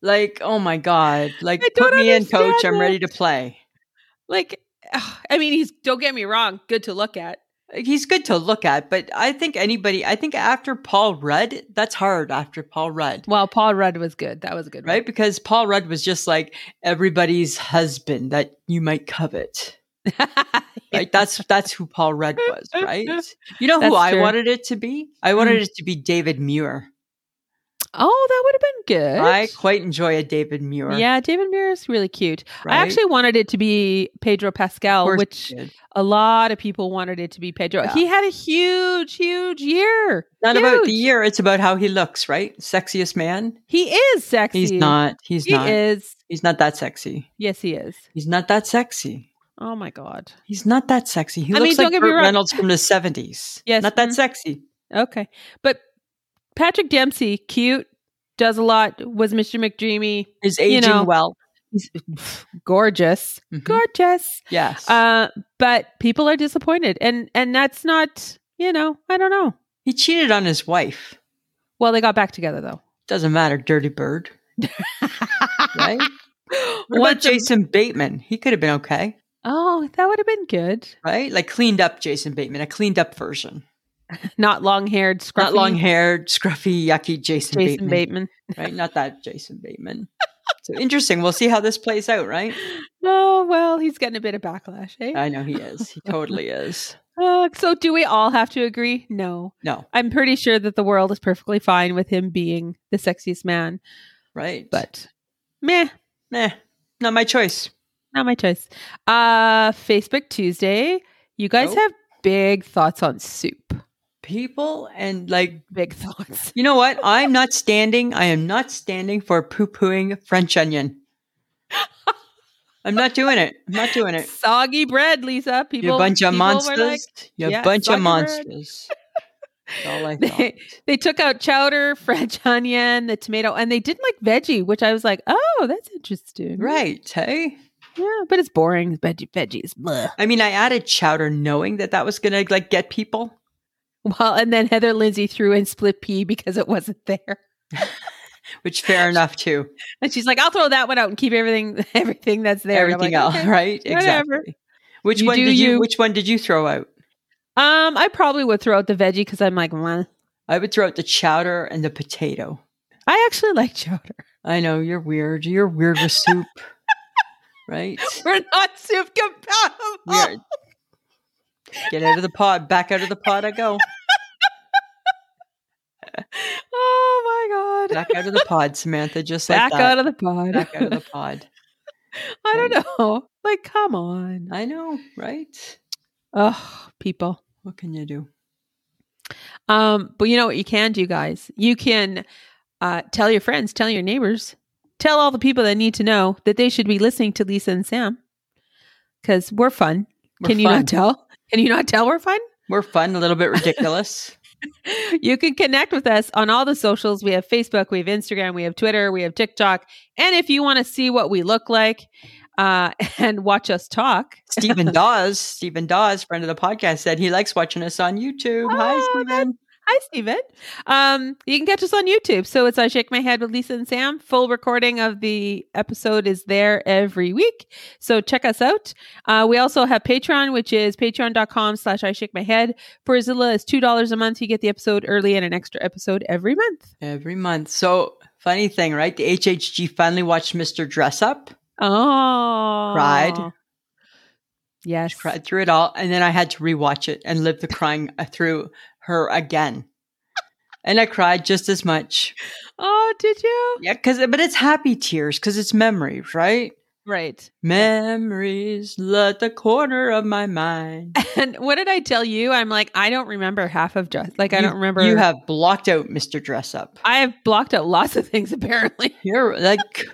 A: Like, oh my God. Like,
B: I
A: put
B: don't
A: me in, coach.
B: understand
A: I'm ready to play.
B: Like, Ugh, I mean, he's don't get me wrong, good to look at.
A: He's good to look at, but I think anybody, I think after Paul Rudd, that's hard after Paul Rudd,
B: Well, Paul Rudd was good. That was a good one.
A: right? Because Paul Rudd was just like everybody's husband that you might covet. Like that's that's who Paul Rudd was, right? You know who
B: That's
A: I
B: true. Hmm.
A: wanted it to be? I wanted it to be David Muir.
B: oh, that would have been good.
A: I quite enjoy a David Muir.
B: yeah, David Muir is really cute.
A: right?
B: I actually wanted it to be Pedro
A: Of
B: Pascal,
A: course
B: which
A: you did.
B: a lot of people wanted it to be Pedro.
A: Yeah.
B: He had a huge, huge year.
A: not about the
B: Huge.
A: year, it's about how he looks, right? Sexiest man.
B: He is sexy.
A: He's not. He's
B: He
A: not.
B: is.
A: He's not that sexy.
B: Yes, he is.
A: He's not that sexy.
B: Oh my god.
A: He's not that sexy. He
B: I
A: looks
B: mean, don't
A: like
B: get me
A: Burt
B: wrong.
A: Reynolds from the seventies.
B: Yes,
A: not that
B: mhm.
A: sexy.
B: Okay. But Patrick Dempsey, cute, does a lot, was Mr. McDreamy,
A: He's aging
B: know.
A: well.
B: gorgeous.
A: Mhm.
B: Gorgeous.
A: Yes,
B: Uh, but people are disappointed. And and that's not, you know, I don't know.
A: he cheated on his wife.
B: Well, they got back together though.
A: Doesn't matter. Dirty bird, right? What about
B: Once a-
A: Jason Bateman? He could have been okay,
B: Oh, that would have been good.
A: right? Like cleaned up Jason Bateman, a cleaned up version,
B: Not long haired, scruffy.
A: not long haired, scruffy, yucky Jason, Bateman.
B: Jason Bateman.
A: right? Not that Jason Bateman. So interesting. We'll see how this plays out, right?
B: Oh, well, he's getting a bit of backlash, eh?
A: I know he is. He totally is.
B: Uh, so, do we all have to agree? No.
A: No,
B: I'm pretty sure that the world is perfectly fine with him being the sexiest man,
A: right?
B: but meh,
A: nah, not my choice.
B: not my choice. Uh, Facebook Tuesday. You guys
A: Nope.
B: have big thoughts on soup.
A: People and like,
B: Big thoughts.
A: you know what? I'm not standing. I am not standing for poo pooing French onion. I'm not doing it. I'm not doing it.
B: Soggy bread, Lisa. People,
A: you bunch of
B: people were
A: monsters.
B: like-
A: you
B: yeah,
A: bunch of
B: Zuckerberg.
A: monsters. That's all I thought.
B: They- they took out chowder, French onion, the tomato, and they didn't like veggie, which I was like, oh, that's interesting.
A: Right. Hey.
B: Yeah, but it's boring. Veggie, veggies. Blah.
A: I mean, I added chowder knowing that that was going to like get people.
B: Well, and then Heather Lindsay threw in split pea because it wasn't there.
A: Which fair enough too.
B: And she's like, I'll throw that one out and keep everything everything that's there. And I'm
A: everything
B: like,
A: else,
B: "Okay."
A: right?
B: whatever.
A: Exactly. Which
B: You
A: one
B: do
A: did you,
B: you.
A: Which one did you throw out?
B: Um, I probably would throw out the veggie because I'm like, "Meh."
A: I would throw out the chowder and the potato.
B: I actually like chowder.
A: I know you're weird. You're weird with soup, right?
B: We're not soup compatible.
A: We are- Get out of the pod. Back out of the pod. I go.
B: Oh my god.
A: Back out of the pod, Samantha. Just like
B: Back,
A: that.
B: out of the pod.
A: Back out of the pod.
B: I don't know. Like, come on.
A: I know, right?
B: Oh, people.
A: What can you do?
B: Um, but you know what you can do, guys? You can uh, tell your friends, tell your neighbors, tell all the people that need to know that they should be listening to Lisa and Sam because we're fun.
A: We're
B: can you
A: fun.
B: not tell? Can you not tell we're fun?
A: We're fun. A little bit ridiculous.
B: You can connect with us on all the socials. We have Facebook, we have Instagram, we have Twitter, we have TikTok. And if you want to see what we look like uh, and watch us talk,
A: Stephen Dawes, Stephen Dawes, friend of the podcast, said he likes watching us on YouTube. Hi,
B: Oh,
A: Stephen.
B: Hi, Steven. Um, you can catch us on YouTube. So it's I Shake My Head with Lisa and Sam. Full recording of the episode is there every week. So check us out. Uh, we also have Patreon, which is patreon.com slash I Shake My Head. For as little as $2 a month, you get the episode early and an extra episode every month.
A: Every month. So funny thing, right? The HHG finally watched Mr. Dress Up,
B: Oh.
A: Pride.
B: Yes.
A: cried through it all, and then I had to rewatch it and live the crying uh, through her again. And I cried just as much.
B: Oh, did you?
A: Yeah, cause but it's happy tears because it's memories, right?
B: Right.
A: Memories at the corner of my mind.
B: And what did I tell you? I'm like, I don't remember half of just like, I
A: You-
B: don't remember.
A: You have blocked out Mr. Dress Up.
B: I have blocked out lots of things apparently.
A: You're like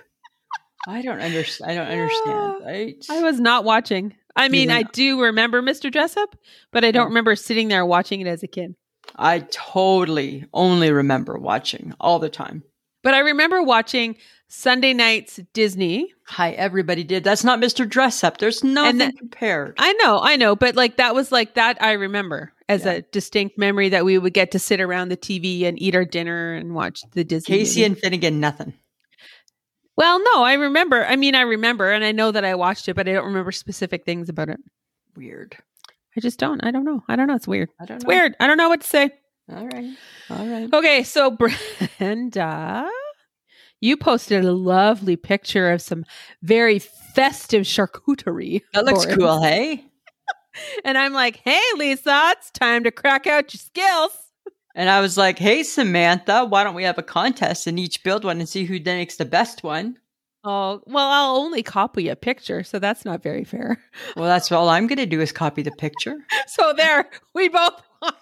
A: I don't understand I don't understand,
B: Yeah.
A: right?
B: I was not watching. I
A: You
B: mean,
A: were
B: I
A: not. Oh.
B: do remember Mr. Dressup, but I don't
A: Yeah.
B: remember sitting there watching it as a kid.
A: I totally only remember watching all the time.
B: But I remember watching Sunday nights Disney.
A: Hi, everybody did. That's not Mr. Dress Up. There's nothing
B: that-
A: compared.
B: I know, I know, but like that was like that I remember as
A: Yeah.
B: a distinct memory that we would get to sit around the TV and eat our dinner and watch the Disney.
A: Casey
B: movie.
A: and Finnegan, nothing.
B: Well, no, I remember. I mean, I remember, and I know that I watched it, but I don't remember specific things about it.
A: Weird.
B: I just don't. I don't know. I don't know. It's weird.
A: I don't
B: It's
A: know.
B: weird. I don't know what to say.
A: All right. All right.
B: Okay, so Brenda, you posted a lovely picture of some very festive charcuterie.
A: That looks
B: board.
A: cool, hey?
B: And I'm like, hey, Lisa, it's time to crack out your skills.
A: And I was like, hey, Samantha, why don't we have a contest and each build one and see who makes the best one?
B: Oh, well, I'll only copy a picture, so that's not very fair.
A: Well, that's all I'm going to do is copy the picture.
B: So there, we both won.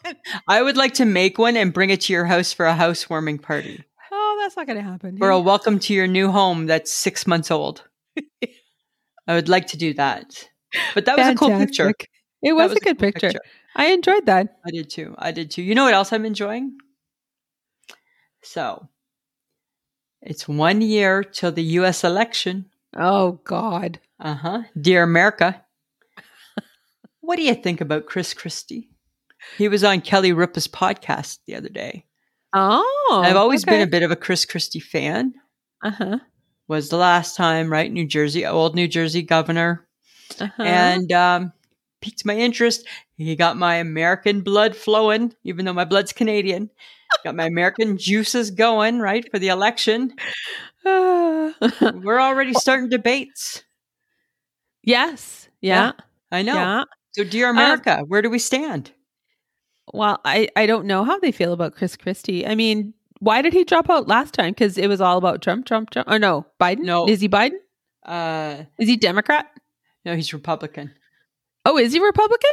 A: I would like to make one and bring it to your house for a housewarming party
B: Oh, that's not going to happen.
A: or a welcome to your new home that's six months old. I would like to do that. But that was a cool picture.
B: Fantastic. It
A: That
B: was, a good
A: cool
B: picture. I enjoyed that.
A: I did too. I did too. You know what else I'm enjoying? So it's one year till the US election.
B: Oh, God.
A: Uh huh. Dear America, what do you think about Chris Christie? He was on Kelly Ripa's podcast the other day.
B: Oh.
A: I've always
B: okay.
A: been a bit of a Chris Christie fan.
B: Uh-huh.
A: Was the last time, right? New Jersey, old New Jersey governor,
B: uh-huh.
A: and um, piqued my interest. He got my American blood flowing, even though my blood's Canadian. Got my American juices going, right, for the election.
B: Ah.
A: We're already starting debates.
B: yes. Yeah.
A: I know.
B: Yeah. Um,
A: So, dear America, where do we stand?
B: Well, I, I don't know how they feel about Chris Christie. I mean, why did he drop out last time? Because it was all about Trump, Trump, Trump. Or no, Biden.
A: No.
B: Is he Biden?
A: Uh,
B: Is he Democrat?
A: No, he's Republican.
B: Oh, is he Republican?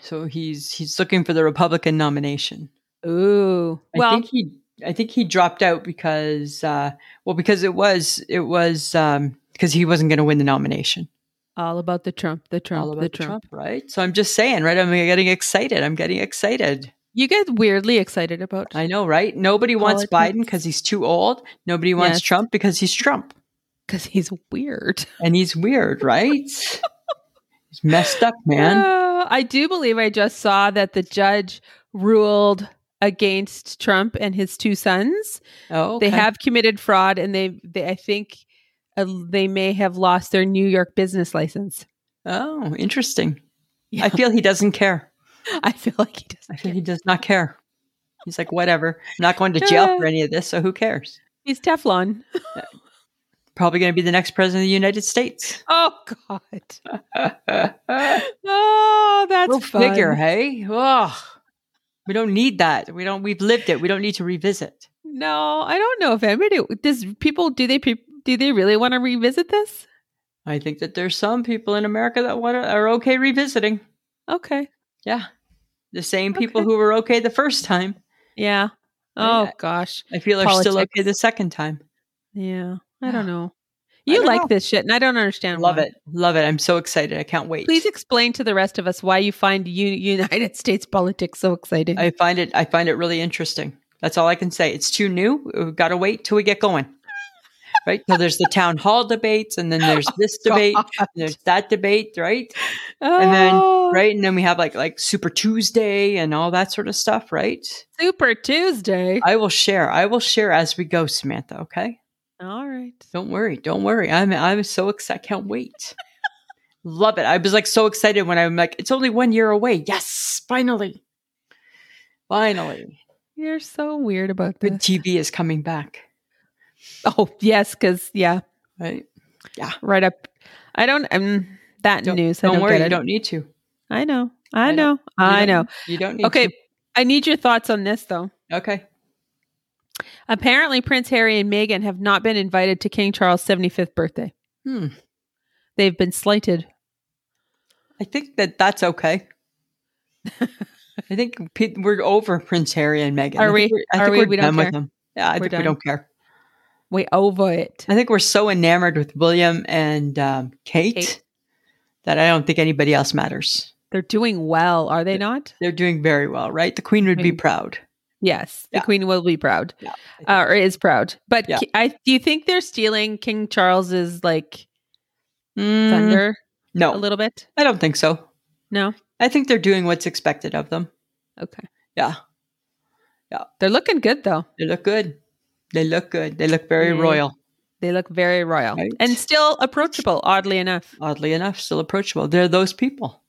A: So he's he's looking for the Republican nomination.
B: Ooh.
A: I
B: well,
A: think he I think he dropped out because uh well because it was it was um because he wasn't going to win the nomination.
B: all about the Trump, the Trump,
A: All about
B: the Trump.
A: right? So I'm just saying, right? I'm getting excited. I'm getting excited.
B: You get weirdly excited about.
A: I know, right? Nobody wants
B: Politics.
A: Biden because he's too old. Nobody wants
B: Yes.
A: Trump because he's Trump
B: Because he's weird.
A: and he's weird, right? he's messed up, man.
B: Uh, I do believe I just saw that the judge ruled against Trump and his two sons.
A: Oh,
B: They
A: okay.
B: have committed fraud, and they, they I think, uh, they may have lost their New York business license.
A: Oh, interesting.
B: Yeah.
A: I feel he doesn't care.
B: I feel like he
A: I
B: doesn't.
A: feel
B: Care.
A: he does not care. He's like, whatever. I'm not going to jail for
B: Uh.
A: any of this, so who cares?
B: He's Teflon.
A: Probably going to be the next president of the United States.
B: Oh God.
A: That's
B: Oh, that's
A: we'll
B: fun.
A: figure, hey? Ugh. We don't need that. We don't. We've lived it. We don't need to revisit.
B: No, I don't know if anybody does. People do they pe- do they really want to revisit this?
A: I think that there's some people in America that want to, are okay revisiting.
B: Okay.
A: Yeah, the same people
B: Okay.
A: who were okay the first time.
B: Yeah.
A: I-
B: Oh
A: I-
B: gosh.
A: I feel are still
B: Politics.
A: okay the second time.
B: Yeah. I don't know.
A: I
B: You
A: don't
B: like
A: know.
B: this shit, and I don't understand.
A: Love
B: why.
A: it. Love it. I'm so excited. I can't wait.
B: Please explain to the rest of us why you find U- United States politics so exciting.
A: I find it I find it really interesting. That's all I can say. It's too new. We've got to wait till we get going. Right? So there's the town hall debates and then there's this debate, and
B: Oh, God.
A: there's that debate, right? and then-
B: Oh,
A: Right? And then we have like like Super Tuesday and all that sort of stuff, right?
B: Super Tuesday.
A: I will share. I will share as we go, Samantha, okay?
B: All right.
A: Don't worry. Don't worry. I'm I'm so excited. I can't wait. Love it. I was like so excited when I'm like it's only 1 year away. Yes, finally. Finally.
B: You're so weird about
A: Good
B: this.
A: TV is coming back.
B: Oh yes, because yeah,
A: Right.
B: right up. I don't. Um, that
A: Don't-
B: news. I
A: Don't,
B: don't
A: worry,
B: get
A: you
B: it.
A: don't need to. You
B: I know. I,
A: I
B: know.
A: don't-
B: I know.
A: don't- You don't need
B: Okay.
A: to.
B: I need your thoughts on this though.
A: Okay.
B: Apparently, Prince Harry and Meghan have not been invited to King Charles' 75th birthday.
A: Hmm.
B: They've been slighted.
A: I think that that's okay. I think pe- we're over Prince Harry and Meghan.
B: Are
A: I think
B: we?
A: we're- I
B: Are
A: think
B: we?
A: we're
B: We don't
A: done
B: care.
A: with them. Yeah, I
B: We're
A: think
B: done.
A: we don't care.
B: Way over it.
A: I think we're so enamored with William and um, Kate,
B: Kate.
A: that I don't think anybody else matters.
B: They're doing well, are they not?
A: They're doing very well, right? The Queen would be
B: Maybe.
A: proud.
B: Yes, the
A: Yeah.
B: Queen will be proud,
A: Yeah,
B: uh, or is proud. But
A: Yeah.
B: ki- I do you think they're stealing King Charles's like
A: Mm,
B: thunder a
A: No,
B: little bit?
A: I don't think so.
B: No.
A: I think they're doing what's expected of them.
B: Okay.
A: Yeah,
B: They're looking good though.
A: they look good. They look good. They look very
B: Yeah.
A: royal.
B: They look very royal
A: Right.
B: and still approachable, oddly enough.
A: Oddly enough, still approachable. They're those people.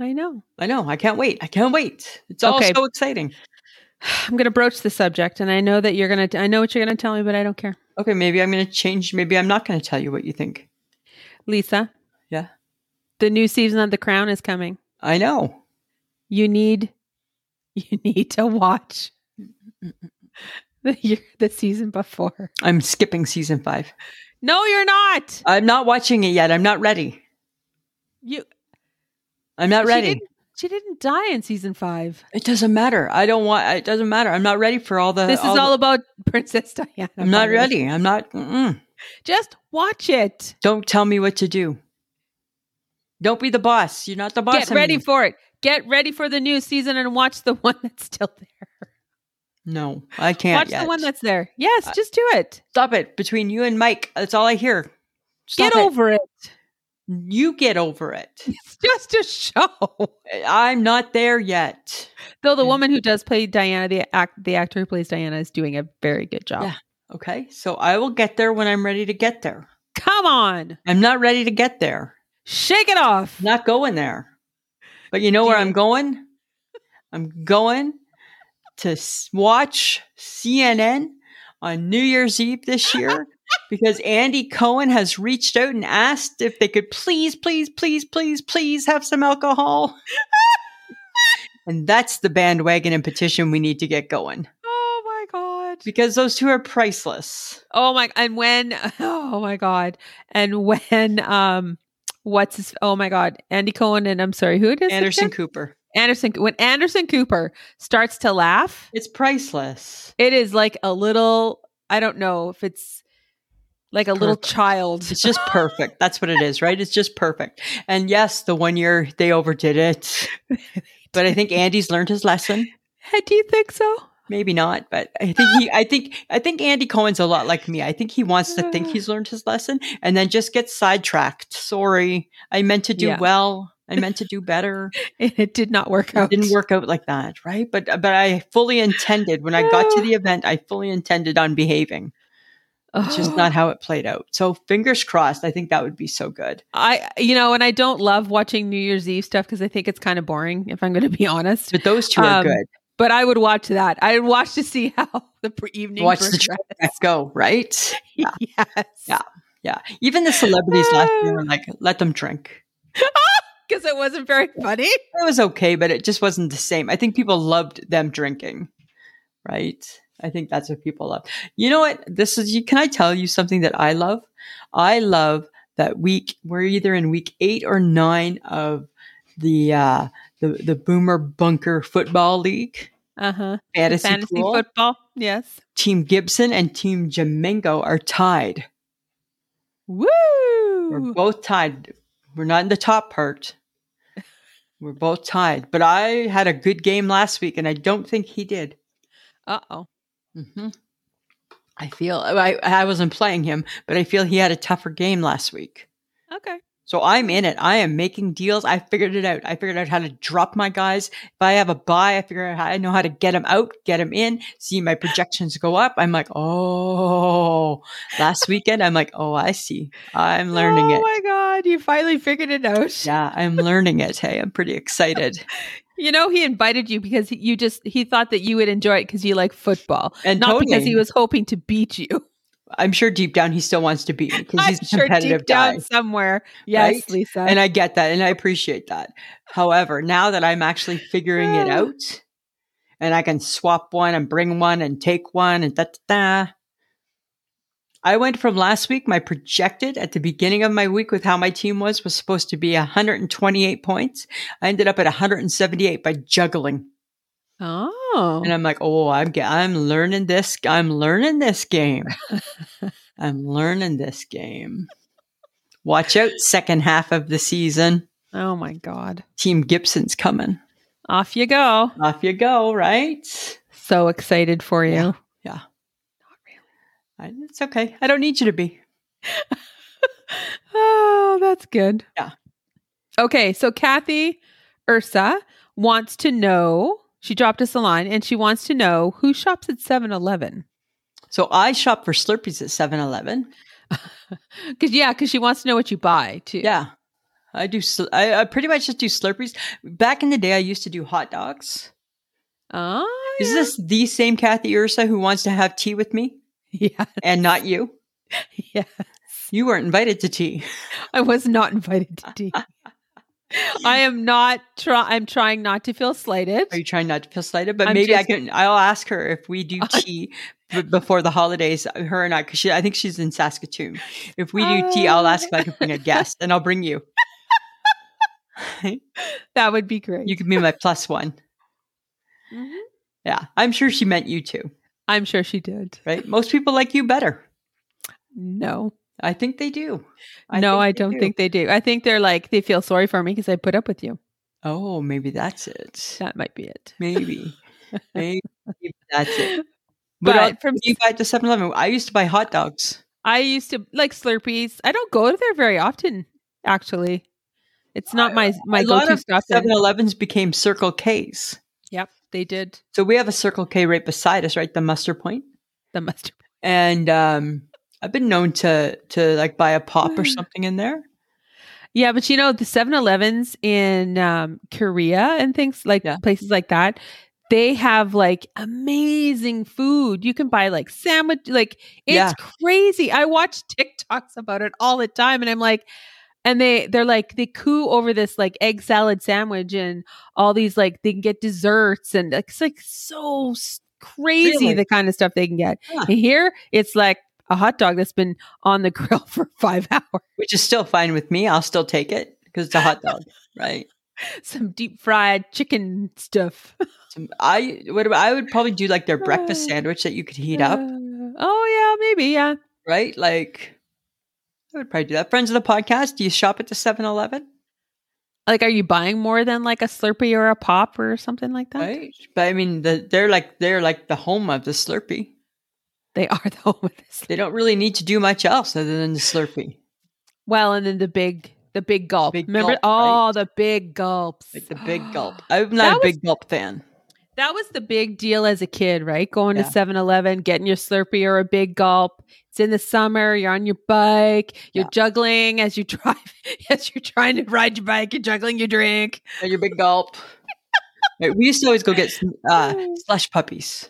B: I know.
A: I know. I can't wait. I can't wait. It's all
B: Okay.
A: so exciting.
B: I'm going to broach the subject, and I know that you're going to, I know what you're going to tell me, but I don't care.
A: Okay, maybe I'm going to change. Maybe I'm not going to tell you what you think.
B: Lisa.
A: Yeah.
B: The new season of The Crown is coming.
A: I know.
B: you need you need to watch the year the season before
A: I'm skipping season five.
B: no you're not
A: I'm not watching it yet. I'm not ready.
B: you
A: I'm not
B: She
A: ready.
B: didn't- she didn't die in season five
A: It doesn't matter. I don't want. It doesn't matter. I'm not ready for all the.
B: this is Uh, all about princess diana
A: I'm not
B: by the way.
A: ready. I'm not. Mm-mm.
B: just watch it
A: Don't tell me what to do. Don't be the boss. You're not the boss.
B: get ready
A: anymore.
B: for it get ready for the new season and watch the one that's still there
A: no, I can't.
B: watch
A: yet. Uh,
B: the one that's there yes just do it
A: Stop it. Between you and Mike, that's all I hear. Stop
B: get
A: it.
B: over it
A: You get over it.
B: it's just a show
A: I'm not there yet.
B: though the
A: Yeah.
B: woman who does play diana the act the actor who plays diana is doing a very good job
A: Yeah. Okay. So I will get there when I'm ready to get there.
B: come on
A: I'm not ready to get there.
B: Shake it off.
A: Not going there. But you know where I'm
B: Deal.
A: going? I'm going to s- watch CNN on New Year's Eve this year because Andy Cohen has reached out and asked if they could please, please, please, please, please have some alcohol. and that's the bandwagon and petition we need to get going
B: Oh my god.
A: because those two are priceless.
B: Oh my and when oh my god. And when um what's his oh my god, Andy Cohen and I'm sorry, who it is?
A: Anderson
B: again?
A: Cooper.
B: Anderson when Anderson Cooper starts to laugh,
A: It's priceless.
B: it is like a little I don't know if it's like a little
A: Perfect.
B: child.
A: It's just perfect. That's what it is, right? It's just perfect. And yes, the one year they overdid it. But I think Andy's learned his lesson.
B: Do you think so?
A: Maybe not, but I think he I think I think Andy Cohen's a lot like me. I think he wants to think he's learned his lesson and then just gets sidetracked. Sorry. I meant to do
B: Yeah.
A: well. I meant to do better.
B: And it did not work
A: It
B: out.
A: didn't work out like that, right? But but I fully intended when I got to the event, I fully intended on behaving, which
B: Oh.
A: is not how it played out. So fingers crossed. I think that would be so good.
B: I you know, and I don't love watching New Year's Eve stuff because I think it's kind of boring if I'm going to be honest.
A: But those two are
B: Um,
A: good.
B: But I would watch that. I would watch to see how the pre- evening
A: Watch the
B: progressed.
A: Let's go, right? Yeah.
B: yes.
A: Yeah. Yeah. Even the celebrities last year were like, let them drink.
B: Because it wasn't very funny.
A: It was okay, but it just wasn't the same. I think people loved them drinking, right? I think that's what people love. You know what? This is, you- can I tell you something that I love? I love that week. We're either in week eight or nine of the, uh, the, the Boomer Bunker Football League
B: Uh huh.
A: Uh-huh. fantasy,
B: Fantasy
A: pool.
B: football. Yes.
A: Team Gibson and Team Jamingo are tied. We're
B: Woo.
A: both tied. We're not in the top part. We're both tied. But I had a good game last week, and I don't think he did.
B: Uh oh.
A: hmm I feel I, I wasn't playing him, but I feel he had a tougher game last week.
B: Okay.
A: So I'm in it. I am making deals. I figured it out. I figured out how to drop my guys. If I have a buy, I figure out how I know how to get them out, get them in, see my projections go up. I'm like, oh, last weekend, I'm like, oh, I see. I'm learning
B: oh
A: it.
B: my God. You finally figured it out.
A: Yeah, I'm learning it. Hey, I'm pretty excited.
B: You know, he invited you because he- you just, he thought that you would enjoy it because you like football,
A: And
B: not because
A: totally.
B: he was hoping to beat you.
A: I'm sure deep down he still wants to beat me because
B: I'm
A: he's a
B: sure
A: competitive
B: deep down
A: guy.
B: somewhere. Yes,
A: Right?
B: Lisa.
A: And I get that and I appreciate that. However, now that I'm actually figuring it
B: Ah.
A: out and I can swap one and bring one and take one and da da da. I went from last week, my projected at the beginning of my week with how my team was was supposed to be 128 points. I ended up at 178 by juggling.
B: oh.
A: And I'm like, oh, I'm ge- I'm learning this. I'm learning this game. I'm learning this game. Watch out, second half of the season.
B: oh my God.
A: Team Gibson's coming.
B: Off you go.
A: Off you go, right?
B: So excited for you.
A: Yeah. I, it's okay. I don't need you to be.
B: Oh, that's good.
A: Yeah.
B: Okay, so Kathy Ursa wants to know, she dropped us a line and she wants to know who shops at 7 Eleven.
A: So I shop for Slurpees at 7 Eleven.
B: Because yeah, because she wants to know what you buy too.
A: Yeah. I do. Sl- I, I pretty much just do Slurpees. Back in the day, I used to do hot dogs.
B: Oh,
A: Is this the same Kathy Ursa who wants to have tea with me
B: Yeah,
A: and not you?
B: yeah.
A: You weren't invited to tea.
B: I was not invited to tea. I am not. Try- I'm trying not to feel slighted.
A: Are you trying not to feel slighted? But
B: I'm
A: maybe I
B: just-
A: can. I'll ask her if we do tea b- before the holidays. uh, Her and I, because I think she's in Saskatoon. If we do tea,
B: Oh.
A: I'll ask if I can bring a guest, and I'll bring you.
B: that would be great.
A: You can be my plus one.
B: Mhm.
A: Yeah, I'm sure she meant you too,
B: I'm sure she did.
A: right? Most people like you better.
B: No,
A: I think they do.
B: no,
A: think
B: I
A: they
B: don't
A: do.
B: think they do. I think they're like they feel sorry for me because I put up with you.
A: Oh, maybe that's it.
B: That might be it.
A: Maybe, maybe that's it.
B: But,
A: But, I'll-
B: from
A: you buy at the 7-Eleven. I used to buy hot dogs.
B: I used to like Slurpees. I don't go there very often. Actually, it's not my my
A: a lot
B: go-to
A: of
B: stop. there.
A: 7-Elevens became Circle K's.
B: Yep, they did
A: So we have a Circle K right beside us, right? The muster point.
B: the mustard.
A: And um, I've been known to to like buy a pop or
B: Mm.
A: something in there.
B: Yeah, but you know the 7-Elevens in um, Korea and things like
A: Yeah.
B: places like that, they have like amazing food. You can buy like sandwich, like it's
A: Yeah.
B: crazy. I watch TikToks about it all the time, and I'm like, and they they're like they coo over this like egg salad sandwich and all these like they can get desserts and it's like so s- crazy
A: Really?
B: the kind of stuff they can get.
A: Huh.
B: And here it's like a hot dog that's been on the grill for five hours.
A: Which is still fine with me. I'll still take it because it's a hot dog, right?
B: some deep fried chicken stuff.
A: Some, I what about, I would probably do like their breakfast sandwich that you could heat
B: Uh,
A: up,
B: oh yeah, maybe yeah.
A: right? Like I would probably do that. Friends of the podcast, do you shop at the 7-Eleven?
B: Like, are you buying more than like a Slurpee or a pop or something like that?
A: Right? But I mean, the, they're like they're like the home of the Slurpee.
B: They are the home of this.
A: They don't really need to do much else other than the Slurpee.
B: Well, and then the big, the big gulp.
A: Big
B: Remember?
A: gulp,
B: oh, the big gulps.
A: Like the big gulp. I'm not
B: That
A: a
B: was-
A: big gulp fan.
B: That was the big deal as a kid, right? Going
A: Yeah.
B: to 7-Eleven, getting your Slurpee or a big gulp. It's in the summer. You're on your bike. You're
A: Yeah.
B: juggling as you drive. as you're trying to ride your bike, you're juggling your drink.
A: At your big gulp. Right, we used to always go get some, uh, slush puppies.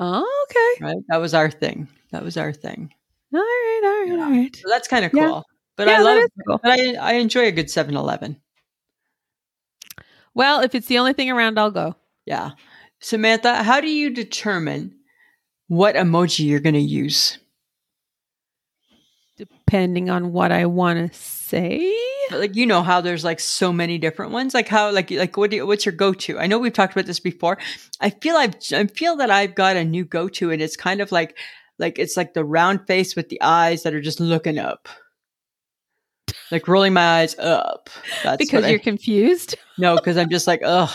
B: Oh, okay.
A: Right, that was our thing. That was our thing.
B: All right. All right.
A: Yeah.
B: All right.
A: So that's kind of cool.
B: Yeah.
A: But
B: Yeah,
A: I
B: that
A: love.
B: is cool.
A: But I I enjoy a good 7-Eleven.
B: Well, if it's the only thing around, I'll go.
A: Yeah, Samantha, how do you determine what emoji you're going to use?
B: Depending on what I want to say.
A: Like you know how there's like so many different ones. Like how like like what do you, what's your go to? I know we've talked about this before. I feel I've I feel that I've got a new go to, and it's kind of like like it's like the round face with the eyes that are just looking up, like rolling my eyes up. That's
B: because
A: what
B: you're
A: I,
B: confused.
A: no, because I'm just like ugh,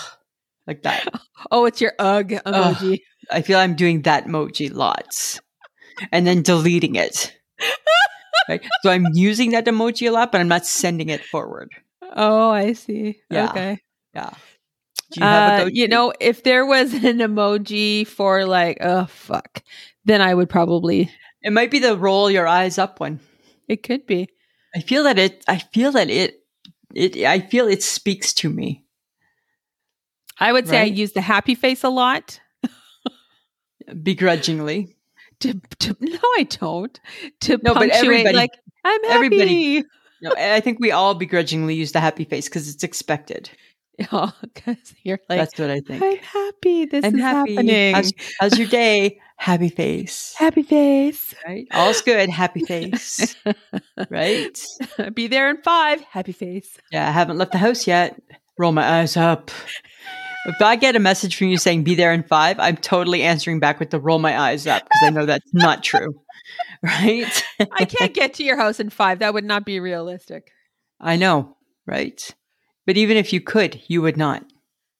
A: like that.
B: Oh, it's your ugh emoji.
A: I feel I'm doing that emoji lots, and then deleting it. Right? So I'm using that emoji a lot, but I'm not sending it forward.
B: Oh, I see.
A: Yeah.
B: Okay.
A: Yeah. Do you have a
B: Uh,
A: go?
B: you know, if there was an emoji for like, oh, fuck, then I would probably,
A: It might be the roll your eyes up one.
B: it could be.
A: I feel that it. I feel that it. It. I feel it speaks to me.
B: I would say I
A: Right.
B: use the happy face a lot.
A: begrudgingly.
B: To, to, no, I don't. To
A: No, but
B: punctuate,
A: everybody-
B: like, I'm happy.
A: everybody- No, I I think we all begrudgingly use the happy face because it's expected.
B: Oh, because you're like,
A: That's what I think.
B: I'm happy. This
A: I'm
B: is
A: happy.
B: happening.
A: How's, how's your day? Happy face.
B: happy face.
A: Right? All's good. Happy face. right?
B: Be there in five. Happy face.
A: Yeah, I haven't left the house yet. Roll my eyes up. If I get a message from you saying be there in five, I'm totally answering back with the roll my eyes up because I know that's not true. Right?
B: I can't get to your house in five. That would not be realistic.
A: I know, right? But even if you could, you would not.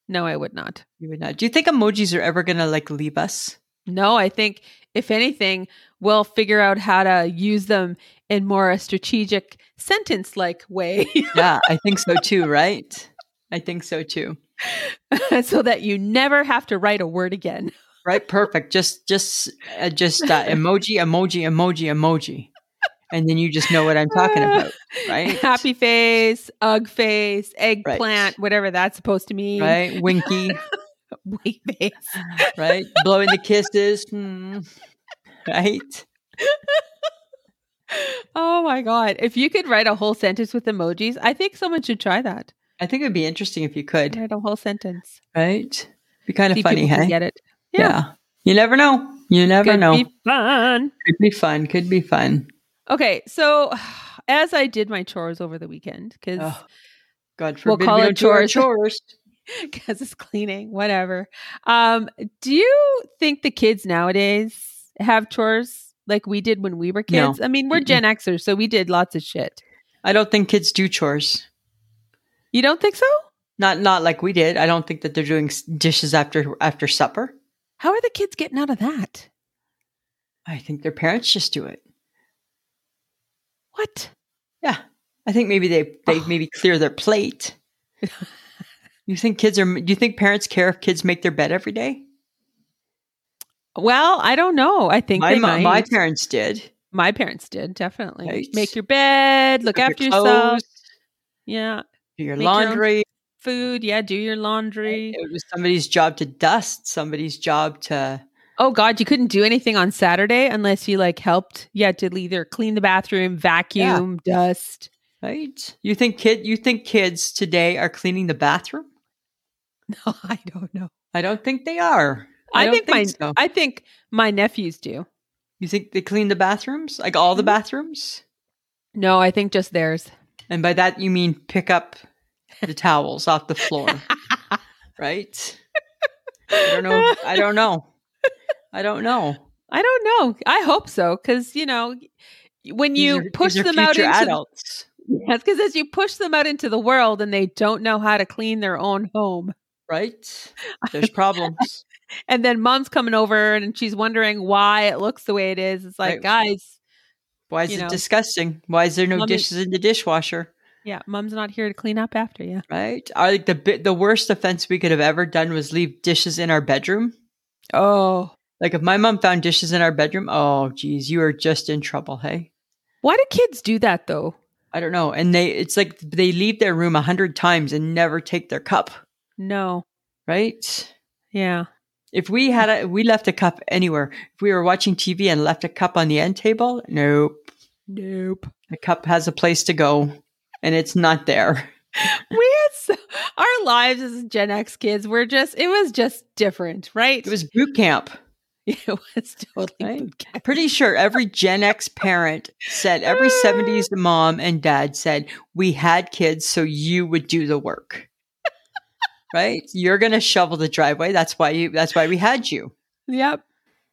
B: No, I would not.
A: You would not. Do you think emojis are ever going to like leave us?
B: No, I think if anything, we'll figure out how to use them in more a strategic sentence like way
A: Yeah, I think so too, right? I think so too.
B: so that you never have to write a word again.
A: Right? Perfect. Just just uh, just uh, emoji emoji emoji emoji. and then you just know what I'm talking about, right?
B: Happy face, ug face, eggplant, whatever that's supposed to mean.
A: Right? Winky,
B: Wee face.
A: right? Blowing the kisses, hmm, right?
B: Oh my god! If you could write a whole sentence with emojis, I think someone should try that.
A: I think it'd be interesting if you could,
B: Write a whole sentence.
A: right? Be kind of
B: See if
A: funny,
B: people can
A: hey?
B: Get it?
A: Yeah. You never know. You never
B: Could
A: know.
B: be fun.
A: could be fun. Could be fun.
B: Okay, so as I did my chores over the weekend, because
A: Oh, God
B: We'll
A: forbid we
B: call it
A: don't do our
B: chores.
A: chores.
B: because it's cleaning, whatever. Um, do you think the kids nowadays have chores like we did when we were
A: No.
B: kids? I mean, we're
A: Mm-mm.
B: Gen Xers, so we did lots of shit.
A: I don't think kids do chores.
B: You don't think so?
A: Not not like we did. I don't think that they're doing s- dishes after after supper.
B: How are the kids getting out of that?
A: I think their parents just do it.
B: What?
A: Yeah. I think maybe they they
B: Oh.
A: maybe clear their plate. you think kids are do you think parents care if kids make their bed every day?
B: Well, I don't know. I think
A: My
B: they
A: mo-
B: might.
A: my parents did.
B: My parents did definitely
A: Right.
B: make your bed, look
A: Your
B: after yourself.
A: clothes,
B: Yeah,
A: do your
B: make your own
A: laundry.
B: food. Yeah, do your laundry.
A: It was somebody's job to dust, somebody's job to
B: Oh God, you couldn't do anything on Saturday unless you like helped. You had to either clean the bathroom, vacuum, dust.
A: Right? You think kid you think kids today are cleaning the bathroom?
B: No, I don't know.
A: I don't think they are.
B: I,
A: don't
B: think, my
A: so.
B: I think my nephews do.
A: You think they clean the bathrooms? Like all the
B: Mhm.
A: bathrooms?
B: No, I think just theirs.
A: And by that you mean pick up the towels off the floor. right? I don't know. I don't know. I don't know.
B: I don't know. I hope so because you know when
A: These
B: you
A: are-
B: push
A: these are
B: them out
A: future
B: into
A: adults.
B: that's because as you push them out into the world and they don't know how to clean their own home,
A: Right? There's problems.
B: and then mom's coming over and she's wondering why it looks the way it is. It's like,
A: Right.
B: guys,
A: Why is
B: You
A: it
B: know.
A: disgusting? Why is there no
B: Mommy-
A: dishes in the dishwasher?
B: yeah, mom's not here to clean up after you.
A: Right? I think the bi- the worst offense we could have ever done was leave dishes in our bedroom.
B: Oh,
A: Like if my mom found dishes in our bedroom, oh geez, you are just in trouble, hey?
B: Why do kids do that though?
A: I don't know. And they it's like they leave their room a hundred times and never take their cup,
B: No.
A: right?
B: Yeah.
A: If we had a we left a cup anywhere, if we were watching TV and left a cup on the end table, nope.
B: Nope.
A: The cup has a place to go and it's not there.
B: We had so, our lives as Gen X kids were just it was just different, right?
A: It was boot camp.
B: it was totally
A: Right?
B: boot camp.
A: Pretty sure every Gen X parent said, every 70s mom and dad said, we had kids so you would do the work. right? You're going to shovel the driveway. That's why you that's why we had you,
B: Yep.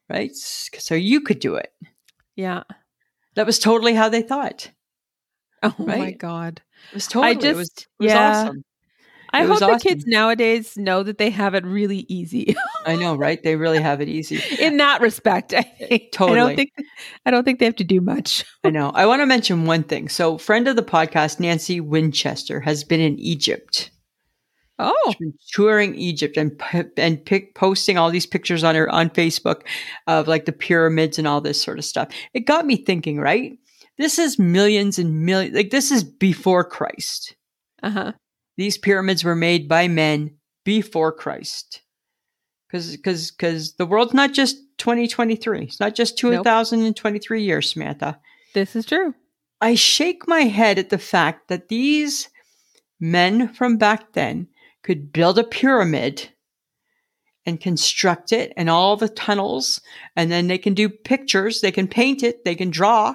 A: right? S- So you could do it.
B: Yeah.
A: That was totally how they thought.
B: Oh my
A: Right?
B: god.
A: It was totally
B: I just
A: it was, it was
B: yeah.
A: awesome.
B: I
A: It was
B: hope the kids
A: awesome.
B: nowadays know that they have it really easy
A: I know, right? They really have it easy.
B: in that respect. I think. I don't
A: Totally.
B: think I don't think they have to do much.
A: I know. I want to mention one thing. So, friend of the podcast, Nancy Winchester, has been in Egypt,
B: Oh.
A: She's been touring Egypt, and p- and pic- posting all these pictures on her on Facebook of like the pyramids and all this sort of stuff. It got me thinking. Right, this is millions and millions. Like this is before Christ.
B: Uh-huh.
A: These pyramids were made by men before Christ, because because because the world's not just twenty twenty three. It's not just two
B: Nope.
A: thousand and twenty three years, Samantha.
B: This is true.
A: I shake my head at the fact that these men from back then could build a pyramid and construct it and all the tunnels, and then they can do pictures, they can paint it, they can draw,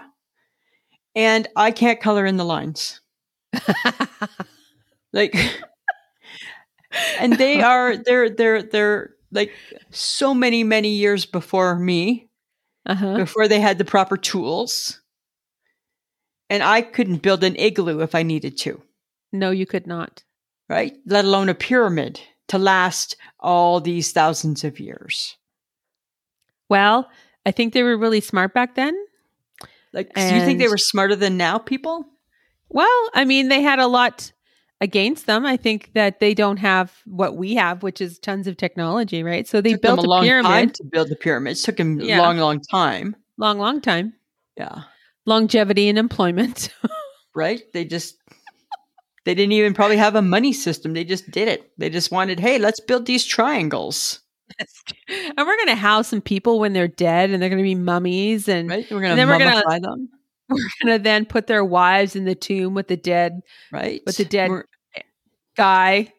A: and I can't color in the lines. Like, and they are they're they're they're like so many many years before me
B: uh-huh.
A: before they had the proper tools. And I couldn't build an igloo if I needed to,
B: No, you could not.
A: right? Let alone a pyramid to last all these thousands of years.
B: Well, I think they were really smart back then.
A: Like, do you think they
B: And-
A: were smarter than now people?
B: Well, I mean, they had a lot against them. I think that they don't have what we have, which is tons of technology, right? So they
A: Took them
B: built a,
A: long
B: pyramid,
A: time to build the pyramids. Took them
B: Yeah.
A: a long, long time.
B: long, long time,
A: Yeah.
B: longevity in employment.
A: right? They just they didn't even probably have a money system. They just did it. They just wanted, hey, let's build these triangles.
B: and we're going to house some people when they're dead and they're going to be mummies and
A: Right? We're gonna
B: And then we're gonna-
A: mummify them.
B: we're going to then put their wives in the tomb with the dead
A: Right.
B: with the dead
A: We're-
B: guy.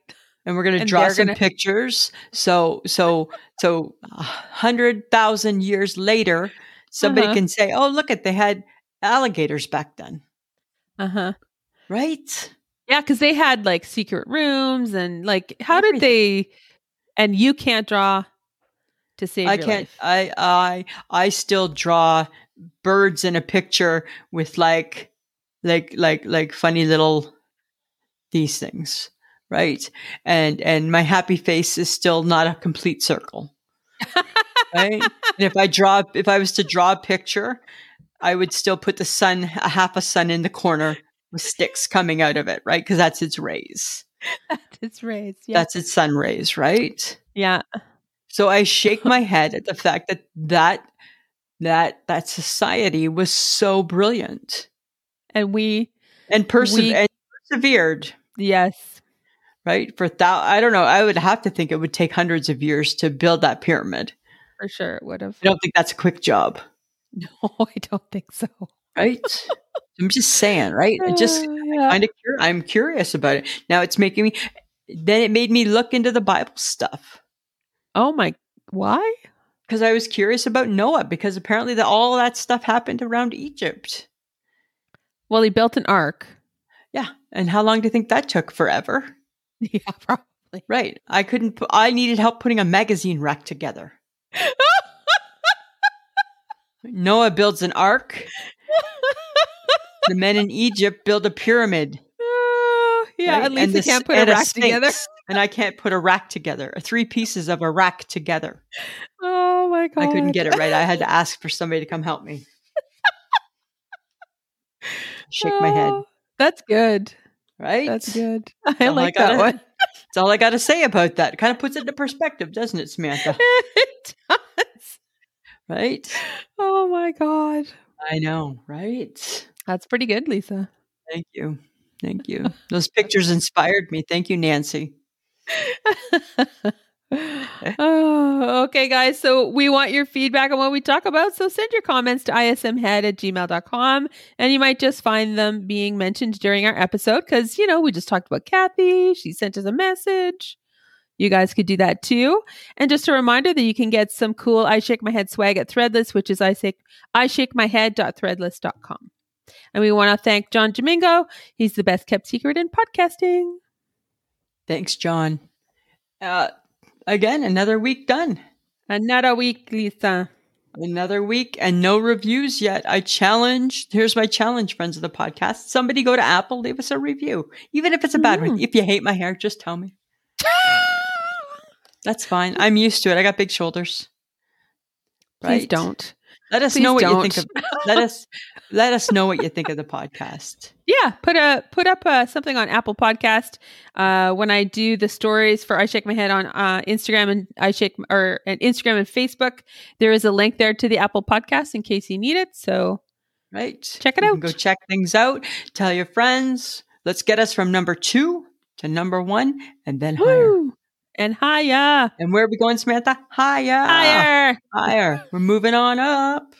A: and we're gonna
B: and
A: draw
B: they're
A: some
B: gonna-
A: pictures. So so so a hundred thousand years later, somebody
B: Uh-huh.
A: can say, Oh, look at they had alligators back then.
B: Uh-huh.
A: Right?
B: Yeah, cuz they had like secret rooms and like how did they and you can't draw to save
A: I
B: your
A: can't. uh,
B: life.
A: I I I still draw birds in a picture with like like like like funny little these things, right? And and my happy face is still not a complete circle, right? and if I draw, if I was to draw a picture, I would still put the sun, a half a sun, in the corner with sticks coming out of it, right? Because that's its rays.
B: it's raised. Yeah.
A: That's its sun rays, right?
B: yeah.
A: So I shake my head at the fact that that that that society was so brilliant
B: And we
A: and, perse-
B: We-
A: and persevered,
B: yes.
A: right? For thou, I don't know. I would have to think it would take hundreds of years to build that pyramid.
B: For sure it would have.
A: I don't think that's a quick job,
B: No, I don't think so.
A: right? I'm just saying, right? It just
B: Uh, yeah.
A: kind of cur- I'm curious about it. Now it's making me. Then it made me look into the Bible stuff.
B: Oh my why?
A: because I was curious about Noah because apparently that all that stuff happened around Egypt.
B: Well, he built an ark.
A: Yeah, and how long do you think that took? Forever,
B: Yeah, probably.
A: right? I couldn't. pu- I needed help putting a magazine rack together. Noah builds an ark. The men in Egypt build a pyramid.
B: Oh, yeah,
A: right?
B: at least
A: And
B: they
A: the
B: can't
A: s-
B: put a
A: and
B: rack together.
A: sphinx. and I can't put a rack together. Three pieces of a rack together.
B: Oh my god.
A: I couldn't get it right. I had to ask for somebody to come help me. Shake my head.
B: Oh, That's good.
A: Right.
B: That's good. I
A: That's all
B: like
A: gotta-
B: that one.
A: That's all I got to say about that. Kind of puts it into perspective, doesn't it, Samantha?
B: it does.
A: Right?
B: Oh my god.
A: I know, right?
B: That's pretty good, Lisa.
A: Thank you. Thank you. Those pictures inspired me. Thank you, Nancy.
B: oh, okay, guys. So we want your feedback on what we talk about. So send your comments to ismhead at gmail.com. And you might just find them being mentioned during our episode because, you know, we just talked about Kathy. She sent us a message. You guys could do that too. And just a reminder that you can get some cool I Shake My Head swag at Threadless, which is I Shake, I Shake My Head.threadless.com. And we want to thank John Domingo. He's the best kept secret in podcasting.
A: Thanks, John. Uh, again, another week done.
B: Another week, Lisa.
A: Another week and no reviews yet. I challenge. Here's my challenge, friends of the podcast. Somebody go to Apple, leave us a review, even if it's a bad one.
B: Mm.
A: If you hate my hair, just tell me. That's fine. I'm used to it. I got big shoulders.
B: Please don't.
A: Let us
B: Please
A: know what you
B: don't.
A: think of let us let us know what you think of the podcast.
B: Yeah, put a put up uh, something on Apple Podcast. Uh, when I do the stories for I Shake My Head on uh, Instagram and I Shake or and Instagram and Facebook, there is a link there to the Apple Podcast in case you need it. So
A: Right?
B: Check it
A: You can
B: out.
A: Go check things out. Tell your friends. Let's get us from number two to number one and then higher.
B: woo and hiya,
A: And where are we going, Samantha? Higher.
B: higher.
A: Higher. We're moving on up.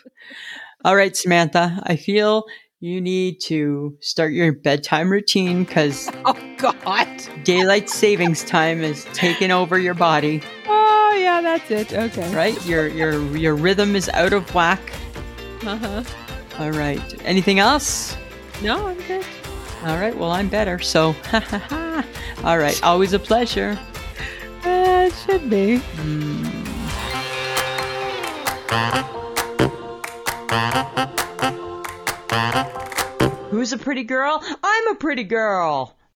A: All right, Samantha. I feel you need to start your bedtime routine because
B: Oh God.
A: daylight savings time is taking over your body.
B: Oh yeah, that's it. Okay.
A: Right? Your your your rhythm is out of whack.
B: Uh-huh.
A: All right. Anything else?
B: No, I'm good.
A: All right. Well, I'm better. So, ha ha ha. All right. Always a pleasure.
B: Uh, it should be.
A: Who's a pretty girl? I'm a pretty girl.